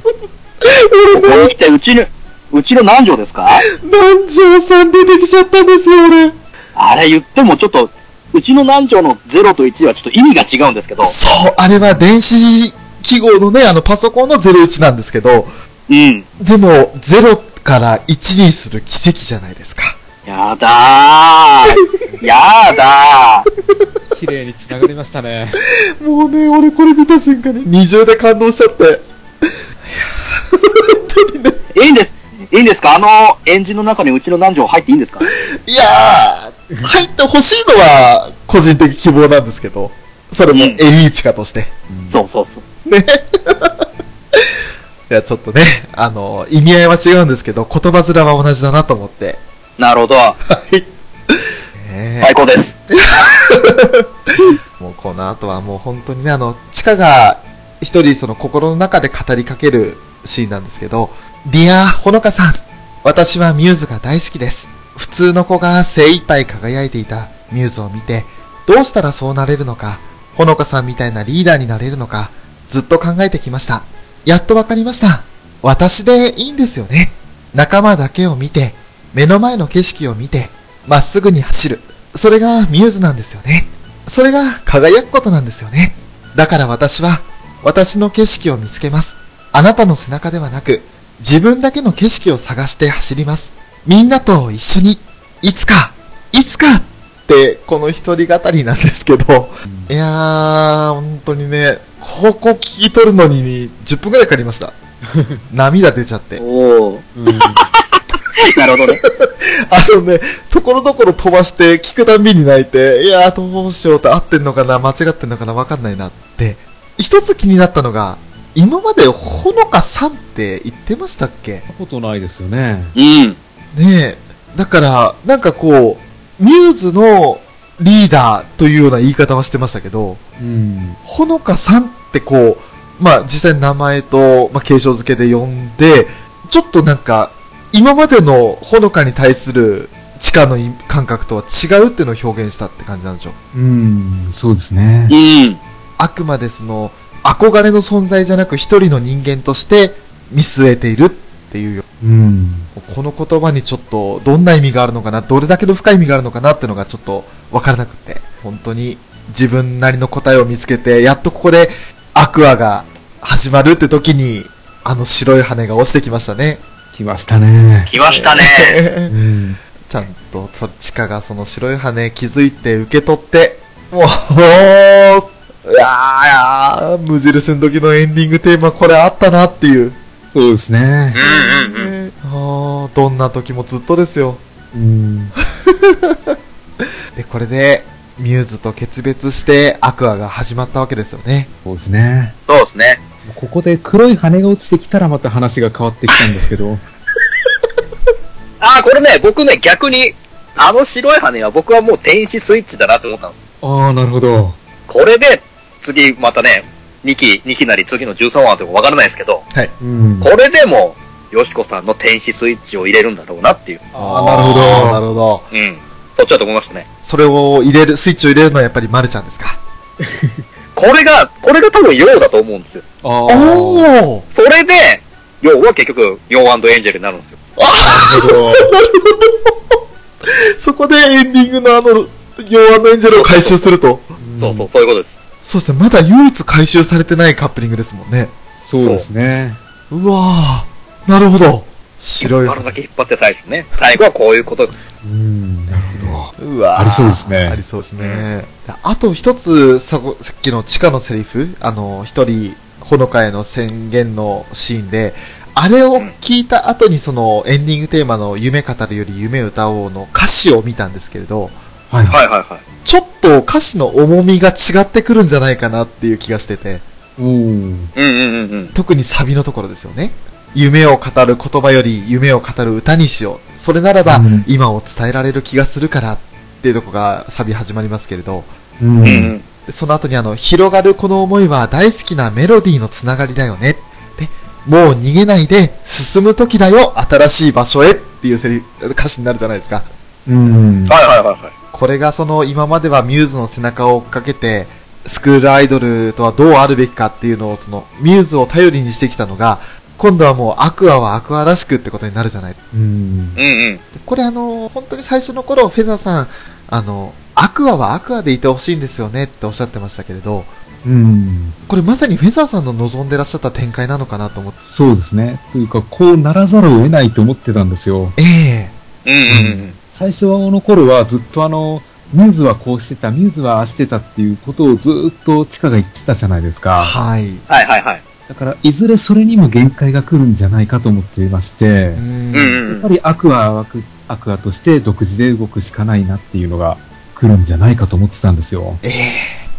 S2: こに来て、うちの、うちの何条ですか
S1: 南條さん出てきちゃったんですよ、俺。
S2: あれ言ってもちょっと、うちの南條の0と1はちょっと意味が違うんですけど。
S1: そう、あれは電子記号のね、あの、パソコンの01なんですけど、
S2: うん。
S1: でも、0から1にする奇跡じゃないですか。
S2: やだー。やだー。
S3: 綺麗に繋がりましたね。
S1: もうね、俺これ見た瞬間に二重で感動しちゃって。いや本当にね。
S2: いいんです。いいんですかあの、エンジンの中にうちの南條入っていいんですか
S1: いやー、入ってほしいのは個人的希望なんですけど、それもエリーチカとして。
S2: そうそうそう。
S1: ね。いや、ちょっとね、あの、意味合いは違うんですけど、言葉面は同じだなと思って。
S2: なるほど。
S1: はい。ねえ
S2: 最高です。
S1: もうこの後はもう本当にね、あの、チカが一人その心の中で語りかけるシーンなんですけど、ディアほのかさん、私はミューズが大好きです。普通の子が精一杯輝いていたミューズを見て、どうしたらそうなれるのか、ほのかさんみたいなリーダーになれるのか、ずっと考えてきました。やっとわかりました。私でいいんですよね。仲間だけを見て、目の前の景色を見て、まっすぐに走る。それがミューズなんですよね。それが輝くことなんですよね。だから私は、私の景色を見つけます。あなたの背中ではなく、自分だけの景色を探して走ります。みんなと一緒に、いつか、いつかって、この一人語りなんですけど、いやー、本当にね、ここ聞き取るのに10分くらいかかりました。涙出ちゃって。
S2: おお。なるほどね。
S1: あのね、ところどころ飛ばして聞くたんびに泣いて、いやーどうしようって合ってんのかな、間違ってんのかな、わかんないなって。一つ気になったのが、今までほのかさんって言ってましたっけ
S3: ことないですよね。
S2: うん。
S1: ねえ。だから、なんかこう、ミューズのリーダーというような言い方はしてましたけど、
S3: うん。
S1: ほのかさんってこう、まあ実際に名前と、まあ、継承付けで呼んで、ちょっとなんか、今までのほのかに対する地下のい感覚とは違うっていうのを表現したって感じなんでしょう。
S3: うん、そうですね
S2: う。ん。
S1: あくまでその、憧れの存在じゃなく一人の人間として見据えているっていうよ
S3: うん。
S1: この言葉にちょっとどんな意味があるのかな、どれだけの深い意味があるのかなってのがちょっとわからなくて、本当に自分なりの答えを見つけて、やっとここでアクアが始まるって時に、あの白い羽が落ちてきましたね。
S3: 来ましたね。
S2: 来ましたね。
S3: うん。
S1: ちゃんと、それ、チカがその白い羽気づいて受け取って、もう、うわー、無印の時のエンディングテーマこれあったなっていう。
S3: そうですね。
S2: うんうんうん。
S1: あーどんな時もずっとですよ。
S3: うん。
S1: で、これで、ミューズと決別して、アクアが始まったわけですよね。
S3: そうですね。
S2: そうですね。
S3: ここで黒い羽が落ちてきたらまた話が変わってきたんですけど。
S2: ああ、これね、僕ね、逆に、あの白い羽は僕はもう天使スイッチだなと思ったんです。
S3: ああ、なるほど。
S2: これで、次またね、2期、2期なり次の13話とかわからないですけど、
S3: うん。
S2: これでも、よしこさんの天使スイッチを入れるんだろうなっていう。
S3: ああ、な
S1: な
S3: るほど。
S1: るほど。
S2: うん。そっちだと思いましたね。
S1: それを入れる、スイッチを入れるのはやっぱりマルちゃんですか。
S2: これが、これが多分陽だと思うんですよ。
S3: ああ、なるほ
S1: お
S3: ど。
S1: ー
S2: それで、陽は結局、陽エンジェルになるんですよ。
S1: そこでエンディングのあの、ヨアのエンジェルを回収すると。
S2: そうそう、そういうことです。
S1: そうですね、まだ唯一回収されてないカップリングですもんね。
S3: そうですね。
S1: うわー、なるほど。白い
S2: 引っ張るだけ引っ張って最初ね。最後はこういうこと。
S3: うん。なるほ
S1: うわー
S3: ありそうですね
S1: ありそうですね。あと一つ、さこさっきの地下のセリフ、あの、一人、ほのかへの宣言のシーンで、あれを聞いた後にそのエンディングテーマの夢語るより夢歌おうの歌詞を見たんですけれど、
S3: ど。はい。
S2: はいはいはい。
S1: ちょっと歌詞の重みが違ってくるんじゃないかなっていう気がしてて、
S3: うん。
S2: うんうんうんうん。
S1: 特にサビのところですよね。夢を語る言葉より夢を語る歌にしよう。それならば
S3: うん
S1: 今を伝えられる気がするからっていうとこがサビ始まりますけれど、
S3: う。
S2: うんん
S1: その後にあの、広がるこの思いは大好きなメロディーのつながりだよね。で、もう逃げないで進む時だよ、新しい場所へっていうセリ歌詞になるじゃないですか。
S3: うん
S2: うん。。はいはいはいはい。
S1: これがその今まではミューズの背中を追っかけて、スクールアイドルとはどうあるべきかっていうのをそのミューズを頼りにしてきたのが、今度はもうアクアはアクアらしくってことになるじゃない。
S3: うん。
S2: うんうん。
S1: これあの、本当に最初の頃、フェザーさん、あの、アクアはアクアでいてほしいんですよねっておっしゃってましたけれど、
S3: うん。
S1: これまさにフェザーさんの望んでらっしゃった展開なのかなと思って。
S3: そうですね。というか、こうならざるを得ないと思ってたんですよ。
S1: ええ
S2: うんうんうん。
S3: 最初はあの頃はずっとあの、ミューズはこうしてた、ミューズはああしてたっていうことをずっと地下が言ってたじゃないですか。
S1: はい。う
S2: はいはいはい。
S3: だから、いずれそれにも限界が来るんじゃないかと思っていまして、
S1: ん。
S2: うんんう
S3: やっ
S2: ん
S3: ぱ。りアクアはアクアクアとして独自で動くしかないなっていうのが来るんじゃないかと思ってたんですよ。
S1: ええ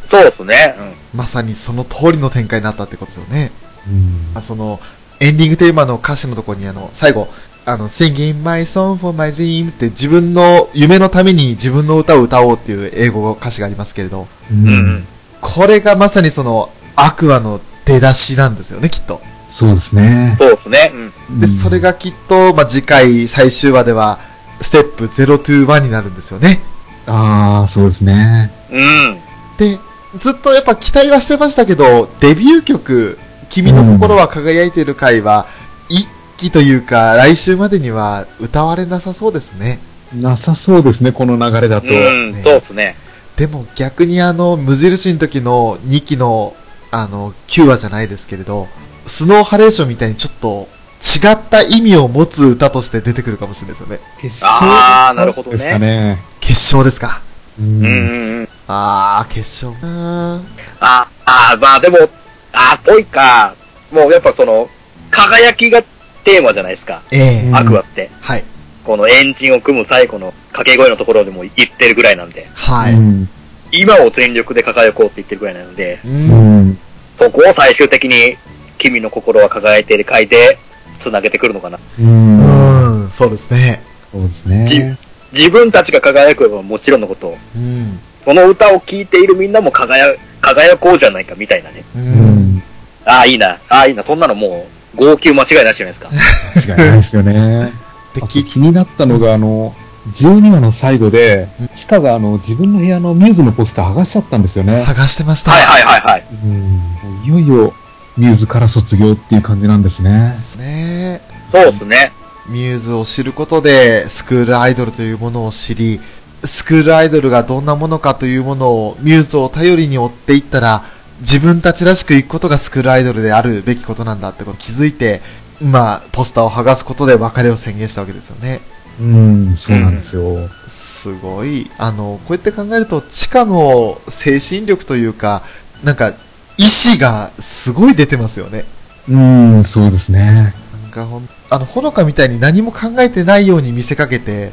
S2: そうですね。うん。
S1: まさにその通りの展開になったってことですよね。
S3: うん
S1: あ、その、エンディングテーマの歌詞のところにあの、最後、あの、singing my song for my dream って自分の夢のために自分の歌を歌おうっていう英語の歌詞がありますけれど、
S3: う
S2: うんん。
S1: これがまさにその、アクアの出だしなんですよね、きっと。
S3: そうですね。
S2: そうですね。うん。
S1: で、それがきっと、まあ、次回最終話では、ステップ0 to 1になるんですよね。
S3: うん。ああ、そうですね。
S2: うん。
S1: で、ずっとやっぱ期待はしてましたけど、デビュー曲、君の心は輝いている回は、一期というか、来週までには歌われなさそうですね。
S3: なさそうですね、この流れだと。
S2: うん、そうですね。
S1: でも逆にあの、無印の時の2期の、あの、9話じゃないですけれど、スノーハレーションみたいにちょっと、違った意味を持つ歌として出てくるかもしれないですよね。
S3: 決
S2: あーなるほどね
S3: ですかね。
S1: 決勝ですか。
S3: う。
S2: うんうんんうん。
S1: あー、決勝。あー
S2: ああ、まあでも、あー、ぽいか。もうやっぱその、輝きがテーマじゃないですか。
S1: ええ
S3: うん
S2: アクアって。
S1: はい。
S2: このエンジンを組む最後の掛け声のところでも言ってるぐらいなんで、
S1: は
S3: う
S1: い。
S3: ん。
S2: 今を全力で輝こうって言ってるぐらいなので、
S1: う。
S3: うんん。
S2: そこを最終的に、君の心は輝いている回で、繋げてくるのかな。
S3: うん。
S1: うん、そうですね。
S3: そうですね。
S2: 自分たちが輝くのはもちろんのこと、
S1: うん。
S2: この歌を聴いているみんなも輝、輝こうじゃないかみたいなね。
S1: う。
S3: うんん。
S2: ああ、いいな。ああ、いいな。そんなのもう、号泣間違いないじゃないですか。
S3: 違いないですよね。
S1: で
S3: あと
S1: き
S3: 気になったのが、あの、12話の最後で
S1: うん、
S3: チカがあの自分の部屋のミューズのポスター剥がしちゃったんですよね。
S1: 剥がしてました。
S2: はいはいはいはい。
S3: うん。いよいよ、ミューズから卒業っていう感じなんですね
S1: で。すね。
S2: そうですね。
S1: ミューズを知ることで、スクールアイドルというものを知り、スクールアイドルがどんなものかというものをミューズを頼りに追っていったら、自分たちらしくいくことがスクールアイドルであるべきことなんだってことに気づいて、まあ、ポスターを剥がすことで別れを宣言したわけですよね。
S3: うん、そうなんですよ。
S1: すごい。あの、こうやって考えると、地下の精神力というか、なんか、意志がすごい出てますよね。
S3: うん、そうですね。
S1: なんかほん、あの、ほのかみたいに何も考えてないように見せかけて、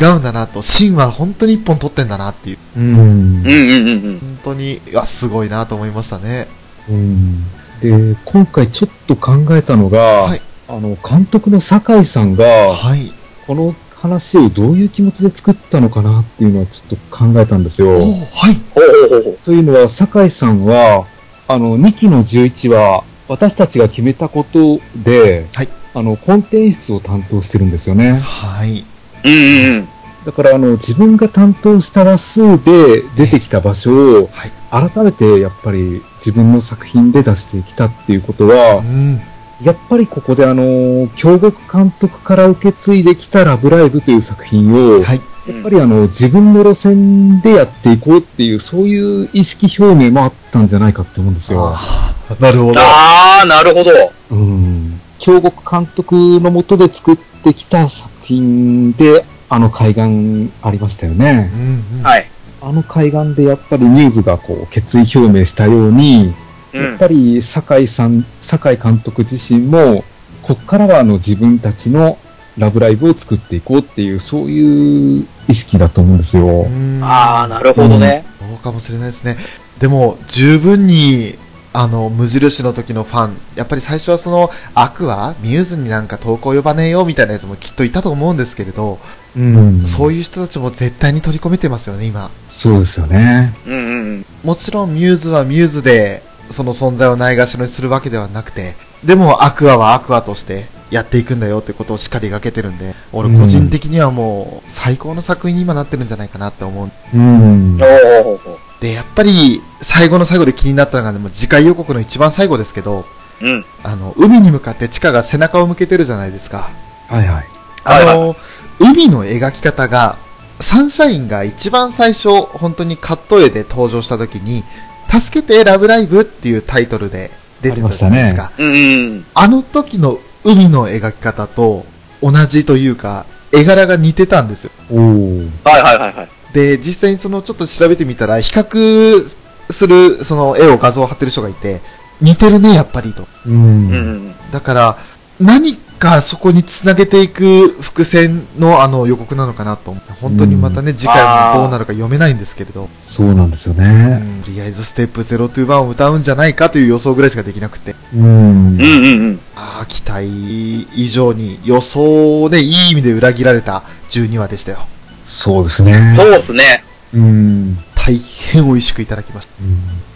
S1: 違うんだなと、シンは本当に一本取ってんだなっていう、
S3: うん
S2: うん。うんうんうん。
S1: 本当に、いや、すごいなと思いましたね。
S3: うんで、今回ちょっと考えたのが、
S1: はい
S3: あの、監督の酒井さんが、
S1: はい。
S3: この話をどういう気持ちで作ったのかなっていうのはちょっと考えたんですよ。
S1: おはい。
S2: ほうほうほうほう。
S3: というのは、酒井さんは、あの、2期の11は、私たちが決めたことで、
S1: はい
S3: あの、コンテンツを担当してるんですよね。
S1: はい。
S2: うんうんうん。
S3: だから、あの、自分が担当した話数で出てきた場所を、
S1: はい
S3: 改めて、やっぱり自分の作品で出してきたっていうことは
S1: う、ん。
S3: やっぱりここであの、京極監督から受け継いできたラブライブという作品を、
S1: はい。
S2: や
S3: やっぱりあの、自分の路線でやっていこうっていう、そういう意識表明もあったんじゃないかって思うんですよ。
S1: あーなるほど。
S2: ああ、なるほど。
S3: うん。京極監督のもとで作ってきた作品で、あの海岸ありましたよね
S1: う。ん、うん。
S2: はい。
S3: あの海岸でやっぱりニューズがこう、決意表明したように、
S2: う
S3: やっ
S2: ん。
S3: ぱり酒井さん、酒井監督自身も、こっからはあの自分たちのラブライブを作っていこうっていう、そういう意識だと思うんですよ。
S1: うん
S2: ああ、なるほどね。
S1: そうかもしれないですね。でも、十分に、あの、無印の時のファン、やっぱり最初はその、アクア、ミューズになんか投稿呼ばねえよみたいなやつもきっといたと思うんですけれど、
S3: うん
S1: そういう人たちも絶対に取り込めてますよね、今。
S3: そうですよね。
S2: うんうんうん。
S1: もちろんミューズはミューズで、その存在をないがしろにするわけではなくて、でもアクアはアクアとしてやっていくんだよってことをしっかり描けてるんで、俺個人的にはもう最高の作品に今なってるんじゃないかなって思う
S3: うん
S2: お。ーほうほうほ
S1: で、やっぱり、最後の最後で気になったのが、ね、もう次回予告の一番最後ですけど、
S2: う。うん。
S1: あの、海に向かって地下が背中を向けてるじゃないですか。
S3: はいはい。
S1: あの、
S2: はい
S1: 海の描き方が、サンシャインが一番最初、本当にカット絵で登場した時に、助けてラブライブっていうタイトルで出てたじゃないですか。あ
S2: うんうんうん。
S1: の時の海の描き方と同じというか、絵柄が似てたんですよ。
S3: おー
S2: はいはいはいはい。
S1: で、実際にそのちょっと調べてみたら、比較するその絵を画像を貼ってる人がいて、似てるね、やっぱりと。
S3: う
S2: うんうん
S3: ん。
S2: うん。
S1: だから、何かそこに繋げていく伏線のあの予告なのかなと思って、本当にまたね、次回もどうなるか読めないんですけれど、
S3: そうなんですよ
S1: う
S3: ね。
S1: んとりあえずステップ021を歌うんじゃないかという予想ぐらいしかできなくて、
S3: うん
S2: う。んうんうん。
S1: ああ、期待以上に予想をね、いい意味で裏切られた12話でしたよ。
S3: そうですね。
S2: そうですね。
S3: うん。
S1: 大変美味しくいただきました。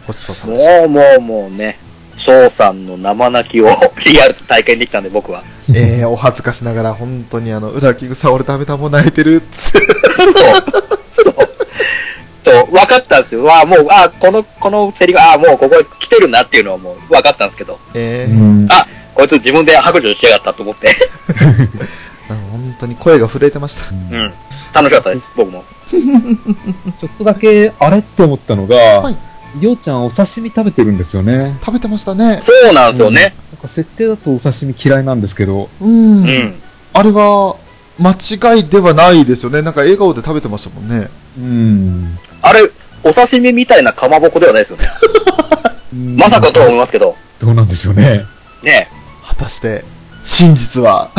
S1: ごちそうさま
S2: も
S1: でした。
S2: うもうもうね、翔さんの生泣きをリアルで体験できたんで、僕は。
S1: えー、お恥ずかしながら、本当にあの、ウラキングさん、俺ダメだもう泣いてるっつって。
S2: そう。そう。と、分かったんですよ。わあ、もう、あこの、このセリフ、あもうここ来てるなっていうのはもう分かったんですけど、
S1: え
S3: う
S1: ー、
S3: ん。
S2: あこいつ自分で白状しやがったと思って、
S1: あの本当に声が震えてました。
S2: うん。楽しかったです、僕も。
S3: ちょっとだけ、あれって思ったのが、
S1: はい
S3: りょうちゃんお刺身食べてるんですよね。
S1: 食べてましたね。
S2: そうなんですよね。
S3: なんか設定だとお刺身嫌いなんですけど、
S1: うん。
S2: うん。
S1: あれは、間違いではないですよね。なんか笑顔で食べてましたもんね。
S3: うん。
S2: あれ、お刺身みたいなかまぼこではないですよね。まさかとは思いますけど。
S3: どうなんでしょうね。
S2: ねえ
S1: 果たして、真実は。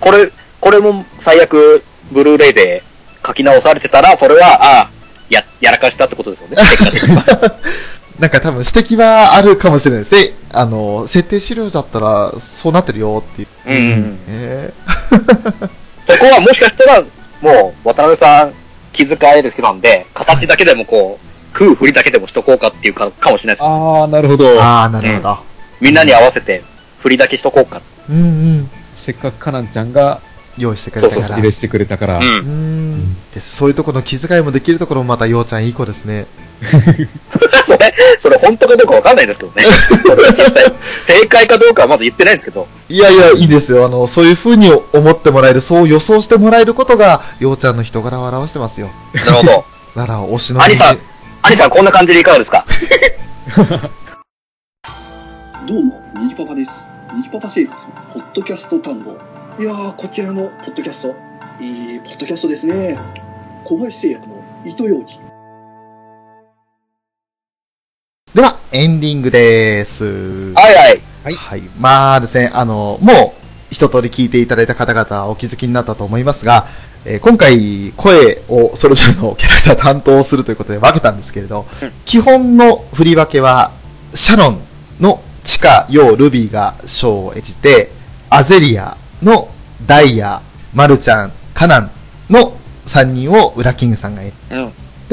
S2: これ、これも最悪、ブルーレイで書き直されてたら、それは、ああ、や、やらかしたってことですよね。結果的には
S1: なんか多分指摘はあるかもしれないです。で、あの、設定資料だったら、そうなってるよっていう。
S2: うんうん。
S1: え
S2: そこはもしかしたら、もう、渡辺さん、気遣いですけどなんで、形だけでもこう、空振りだけでもしとこうかっていうか、かもしれないです。
S3: ああ、なるほど
S1: ー、ああ、なるほど。
S2: みんなに合わせて、振りだけしとこうか。
S1: うんうん。
S3: せっかくカナンちゃんが
S1: 用意してくれた
S2: そう
S1: か
S2: そ
S1: ら。
S3: 入れしてくれたから
S2: う。。
S1: うんーんですそういうところの気遣いもできるところもまたようちゃんいい子ですね。
S2: それ、それ本当かどうかわかんないですけど ね。それは実際、正解かどうかはまだ言ってないんですけど。
S1: いやいや、いいですよ。あの、そういう風に思ってもらえる、そう予想してもらえることが、ようちゃんの人柄を表してますよ。
S2: なるほど。
S1: なら、推しの
S2: アニさん、アニさんこんな感じでいかがですか
S5: どうも、にじパパです。にじパパ生活、ポッドキャスト探訪。いやー、こちらのポッドキャスト、いいポッドキャストですね。小林製薬の糸ようじ。
S1: では、エンディングです。
S2: はいはい。
S1: はい。まあですね、あの、もう、一通り聞いていただいた方々、お気づきになったと思いますが、えー今回、声をそれぞれのキャラクター担当するということで分けたんですけれど、
S2: うん
S1: 基本の振り分けは、シャロンの地下、ヨウ、ルビーがショーを演じて、アゼリアのダイヤ、マルちゃん、カナンの3人をウラキングさんが演じ
S2: うん。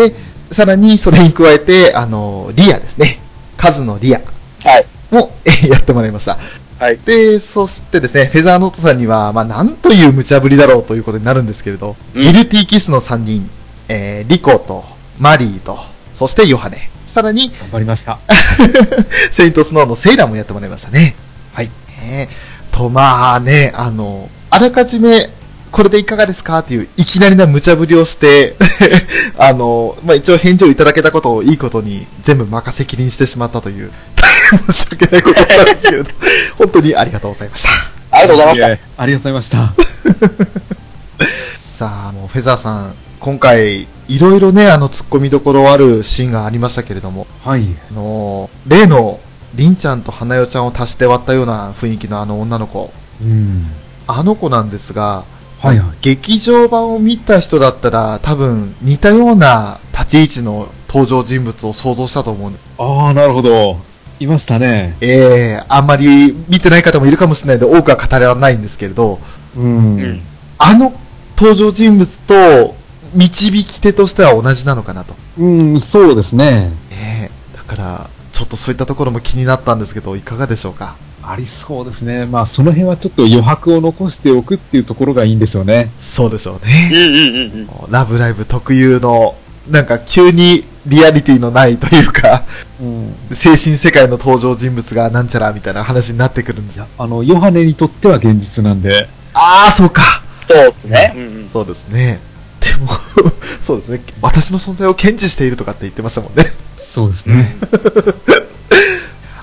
S1: て、さらにそれに加えて、あの、リアですね。カズのリア
S2: はい。
S1: もやってもらいました。
S2: はい。
S1: で、そしてですね、フェザーノートさんには、まあ、なんという無茶ぶりだろうということになるんですけれど、
S2: うん
S1: ギルティーキスの3人、えー、リコと、マリーと、そしてヨハネ。さらに、
S3: 頑張りました。
S1: セイントスノーのセイラもやってもらいましたね。
S3: はい
S1: ねえと、まあね、あの、あらかじめ、これでいかがですかっていう、いきなりな無茶ぶりをして、 あの、まあ一応返事をいただけたことをいいことに、全部任せきりにしてしまったという、大変申し訳ないことなんです けれど、本当にありがとうございました。
S2: ありがとうございました。
S3: いえありがとうございました。
S1: さあ、もうフェザーさん、今回、いろいろね、あの、突っ込みどころあるシーンがありましたけれども、
S3: はい。
S1: あのー例の、りんちゃんと花代ちゃんを足して割ったような雰囲気のあの女の子、
S3: うん。
S1: あの子なんですが、
S3: はいはい。
S1: 劇場版を見た人だったら、多分、似たような立ち位置の登場人物を想像したと思うんで、
S3: ああ、なるほど。いましたね。
S1: えー、あんまり見てない方もいるかもしれないので、多くは語らないんですけれど、
S3: うん。
S2: うん
S1: あの登場人物と、導き手としては同じなのかなと。
S3: うん、そうですね。
S1: ねえだから、ちょっとそういったところも気になったんですけど、いかがでしょうか。
S3: ありそうですね。まあ、その辺はちょっと余白を残しておくっていうところがいいんでしょうね。
S1: そうでしょうね。
S2: うんうんうんうん。
S1: ラブライブ特有の、なんか急にリアリティのないというか、
S3: うん。
S1: 精神世界の登場人物がなんちゃらみたいな話になってくるんですよ。
S3: あの、ヨハネにとっては現実なんで。
S1: ああ、そうか。
S2: そうですね。うんうん。
S1: そうですね。でも、 そうですね。私の存在を検知しているとかって言ってましたもんね。
S3: そうですね。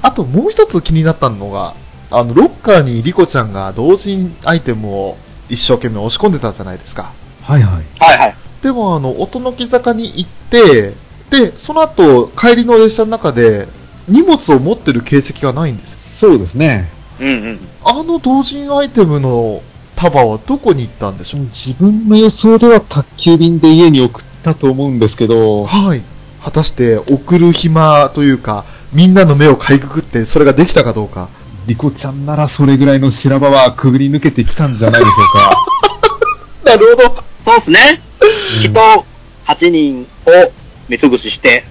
S1: あともう一つ気になったのが、あの、ロッカーにリコちゃんが同人アイテムを一生懸命押し込んでたじゃないですか。
S3: はいはい。
S2: はいはい。
S1: でも、あの、音の木坂に行って、で、その後、帰りの列車の中で、荷物を持ってる形跡がないんですよ。
S3: そうですね。
S2: うんうん。
S1: あの同人アイテムの束はどこに行ったんでしょう
S3: 自分の予想では宅急便で家に送ったと思うんですけど、
S1: はい。果たして、送る暇というか、みんなの目をかいくぐって、それができたかどうか。
S3: リコちゃんならそれぐらいの修羅場はくぐり抜けてきたんじゃないでしょうか。
S1: なるほど。
S2: そうですね。きっと、8人を目つぶしして、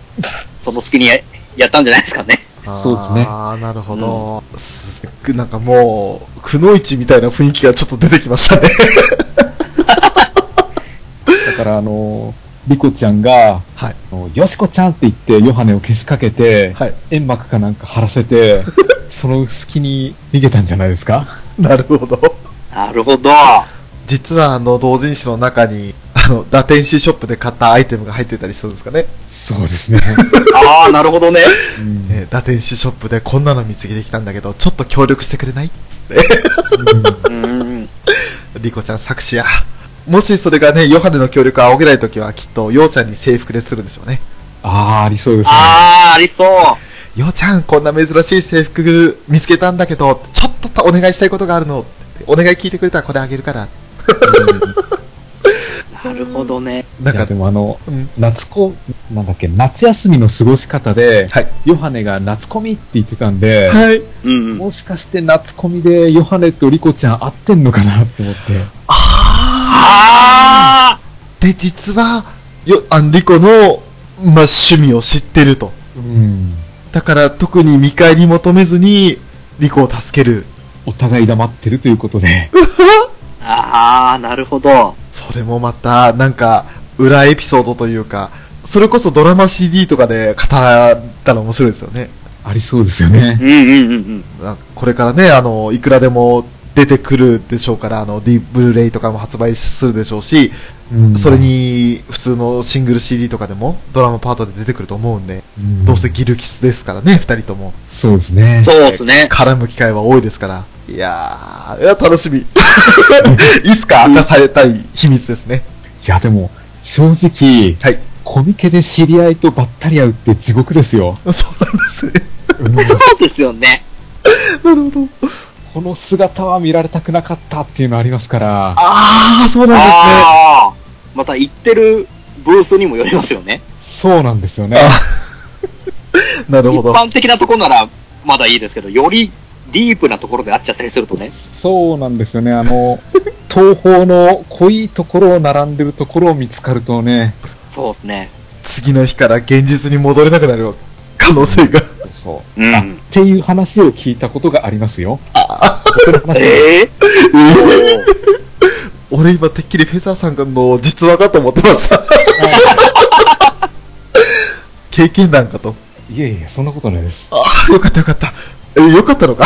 S2: その隙にややったんじゃないですかね。
S3: そうですね
S1: ああ、なるほど。すなんかもう、くのいちみたいな雰囲気がちょっと出てきましたね。
S3: だから、あの、リコちゃんが、
S1: はい
S3: あのよしこちゃんって言って、ヨハネをけしかけて、
S1: はい。
S3: 煙幕かなんか張らせ て、その隙に逃げたんじゃないですか
S1: なるほど。
S2: なるほど。
S1: 実はあの同人誌の中にあの打天使ショップで買ったアイテムが入ってたりするんですかね、
S3: そうです ね。
S2: ああ、なるほどね。
S3: うん
S1: えー打天使ショップでこんなの見つけてきたんだけどちょっと協力してくれない
S2: うんうん。
S1: リコちゃん作詞やもしそれがね、ヨハネの協力を仰げないときは、きっと、ようちゃんに制服でするんでしょうね。
S3: ああ、ありそうですね。
S2: あー、ありそう。
S1: ようちゃん、こんな珍しい制服見つけたんだけど、ちょっとお願いしたいことがあるの。お願い聞いてくれたらこれあげるから。
S2: なるほどね。
S1: なん
S3: いや、
S1: か
S3: で、もあの、
S1: うん、
S3: 夏子、なんだっけ、夏休みの過ごし方で、
S1: はい
S3: ヨハネが夏コミって言ってたんで、
S1: はい。
S2: うんうん。
S3: もしかして夏コミでヨハネとリコちゃん会ってんのかなって思って。
S1: あ
S2: あ
S1: ーで、実は、よ、あの、リコの、まあ、趣味を知ってると。
S3: うん。
S1: だから、特に見返り求めずに、リコを助ける。
S3: お互い黙ってるということで。
S2: ー。あー、なるほど。
S1: それもまた、なんか、裏エピソードというか、それこそドラマ CD とかで語ったら面白いですよね。
S3: ありそうですよね
S2: う。んうんうんうん。
S1: なこれからね、あの、いくらでも出てくるでしょうから、あの、D ブルーレイとかも発売するでしょうし、
S3: うん
S1: それ、に、普通のシングル CD とかでも、ドラマパートで出てくると思うんで、
S3: ん
S1: どうせギルキスですからね、二人とも。
S3: そうですね。
S2: そうですね。
S1: 絡む機会は多いですから。いやー、いや楽し み。いつか明かされたい秘密ですね。
S3: いや、でも、正直、
S1: はい。
S3: コミケで知り合いとばったり会うって地獄ですよ。
S1: そうなんですね。
S2: そうですよね。
S1: なるほど。
S3: この姿は見られたくなかったっていうのありますから、
S1: あー、そうなん
S2: あー。また行ってるブースにもよりますよね。
S3: そうなんですよね。
S1: ですね。なる
S2: 一
S1: ほど。
S2: 般的なところならまだいいですけど、よりディープなところで会っちゃったりするとね。
S3: そうなんですよね。あの、東方の濃いところを並んでるところを見つかるとね、
S2: そうですね。
S1: 次の日から現実に戻れなくなる可能性が。
S3: そう。
S2: う
S3: あっ。ていう話を聞いたことがありますよ。その話
S2: ええ
S1: 俺今てっきりフェザーさんの実話かと思ってました。 経験談かと。
S3: いやいや、そんなことないです。
S1: ああ、 よかったよかった。え、よかったのか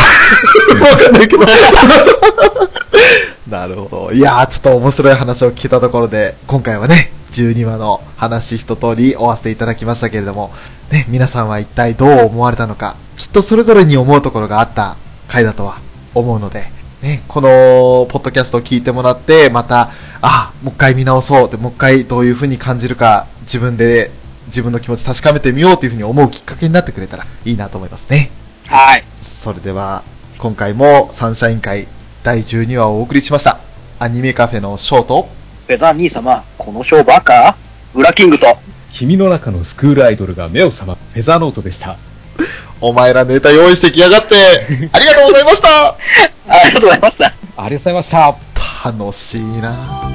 S1: わかんないけど。 なるほど。いやー、ちょっと面白い話を聞けたところで、今回はね、12話の話一通り終わせていただきましたけれども、ね、皆さんは一体どう思われたのか、きっとそれぞれに思うところがあった回だとは思うので、ね、この、ポッドキャストを聞いてもらって、また、あ、もう一回見直そうで、もう一回どういう風に感じるか、自分で、自分の気持ち確かめてみようという風に思うきっかけになってくれたらいいなと思いますね。
S2: はい。
S1: それでは、今回もサンシャイン会第12話をお送りしました。アニメカフェのショート、
S2: フェザー兄様、このショーバカウラキングと。
S3: 君の中のスクールアイドルが目を覚まフェザーノートでした。
S1: お前らネタ用意してきやがって、ありがとうございました
S2: ありがとうございました。
S3: ありがとうございました。
S1: 楽しいなぁ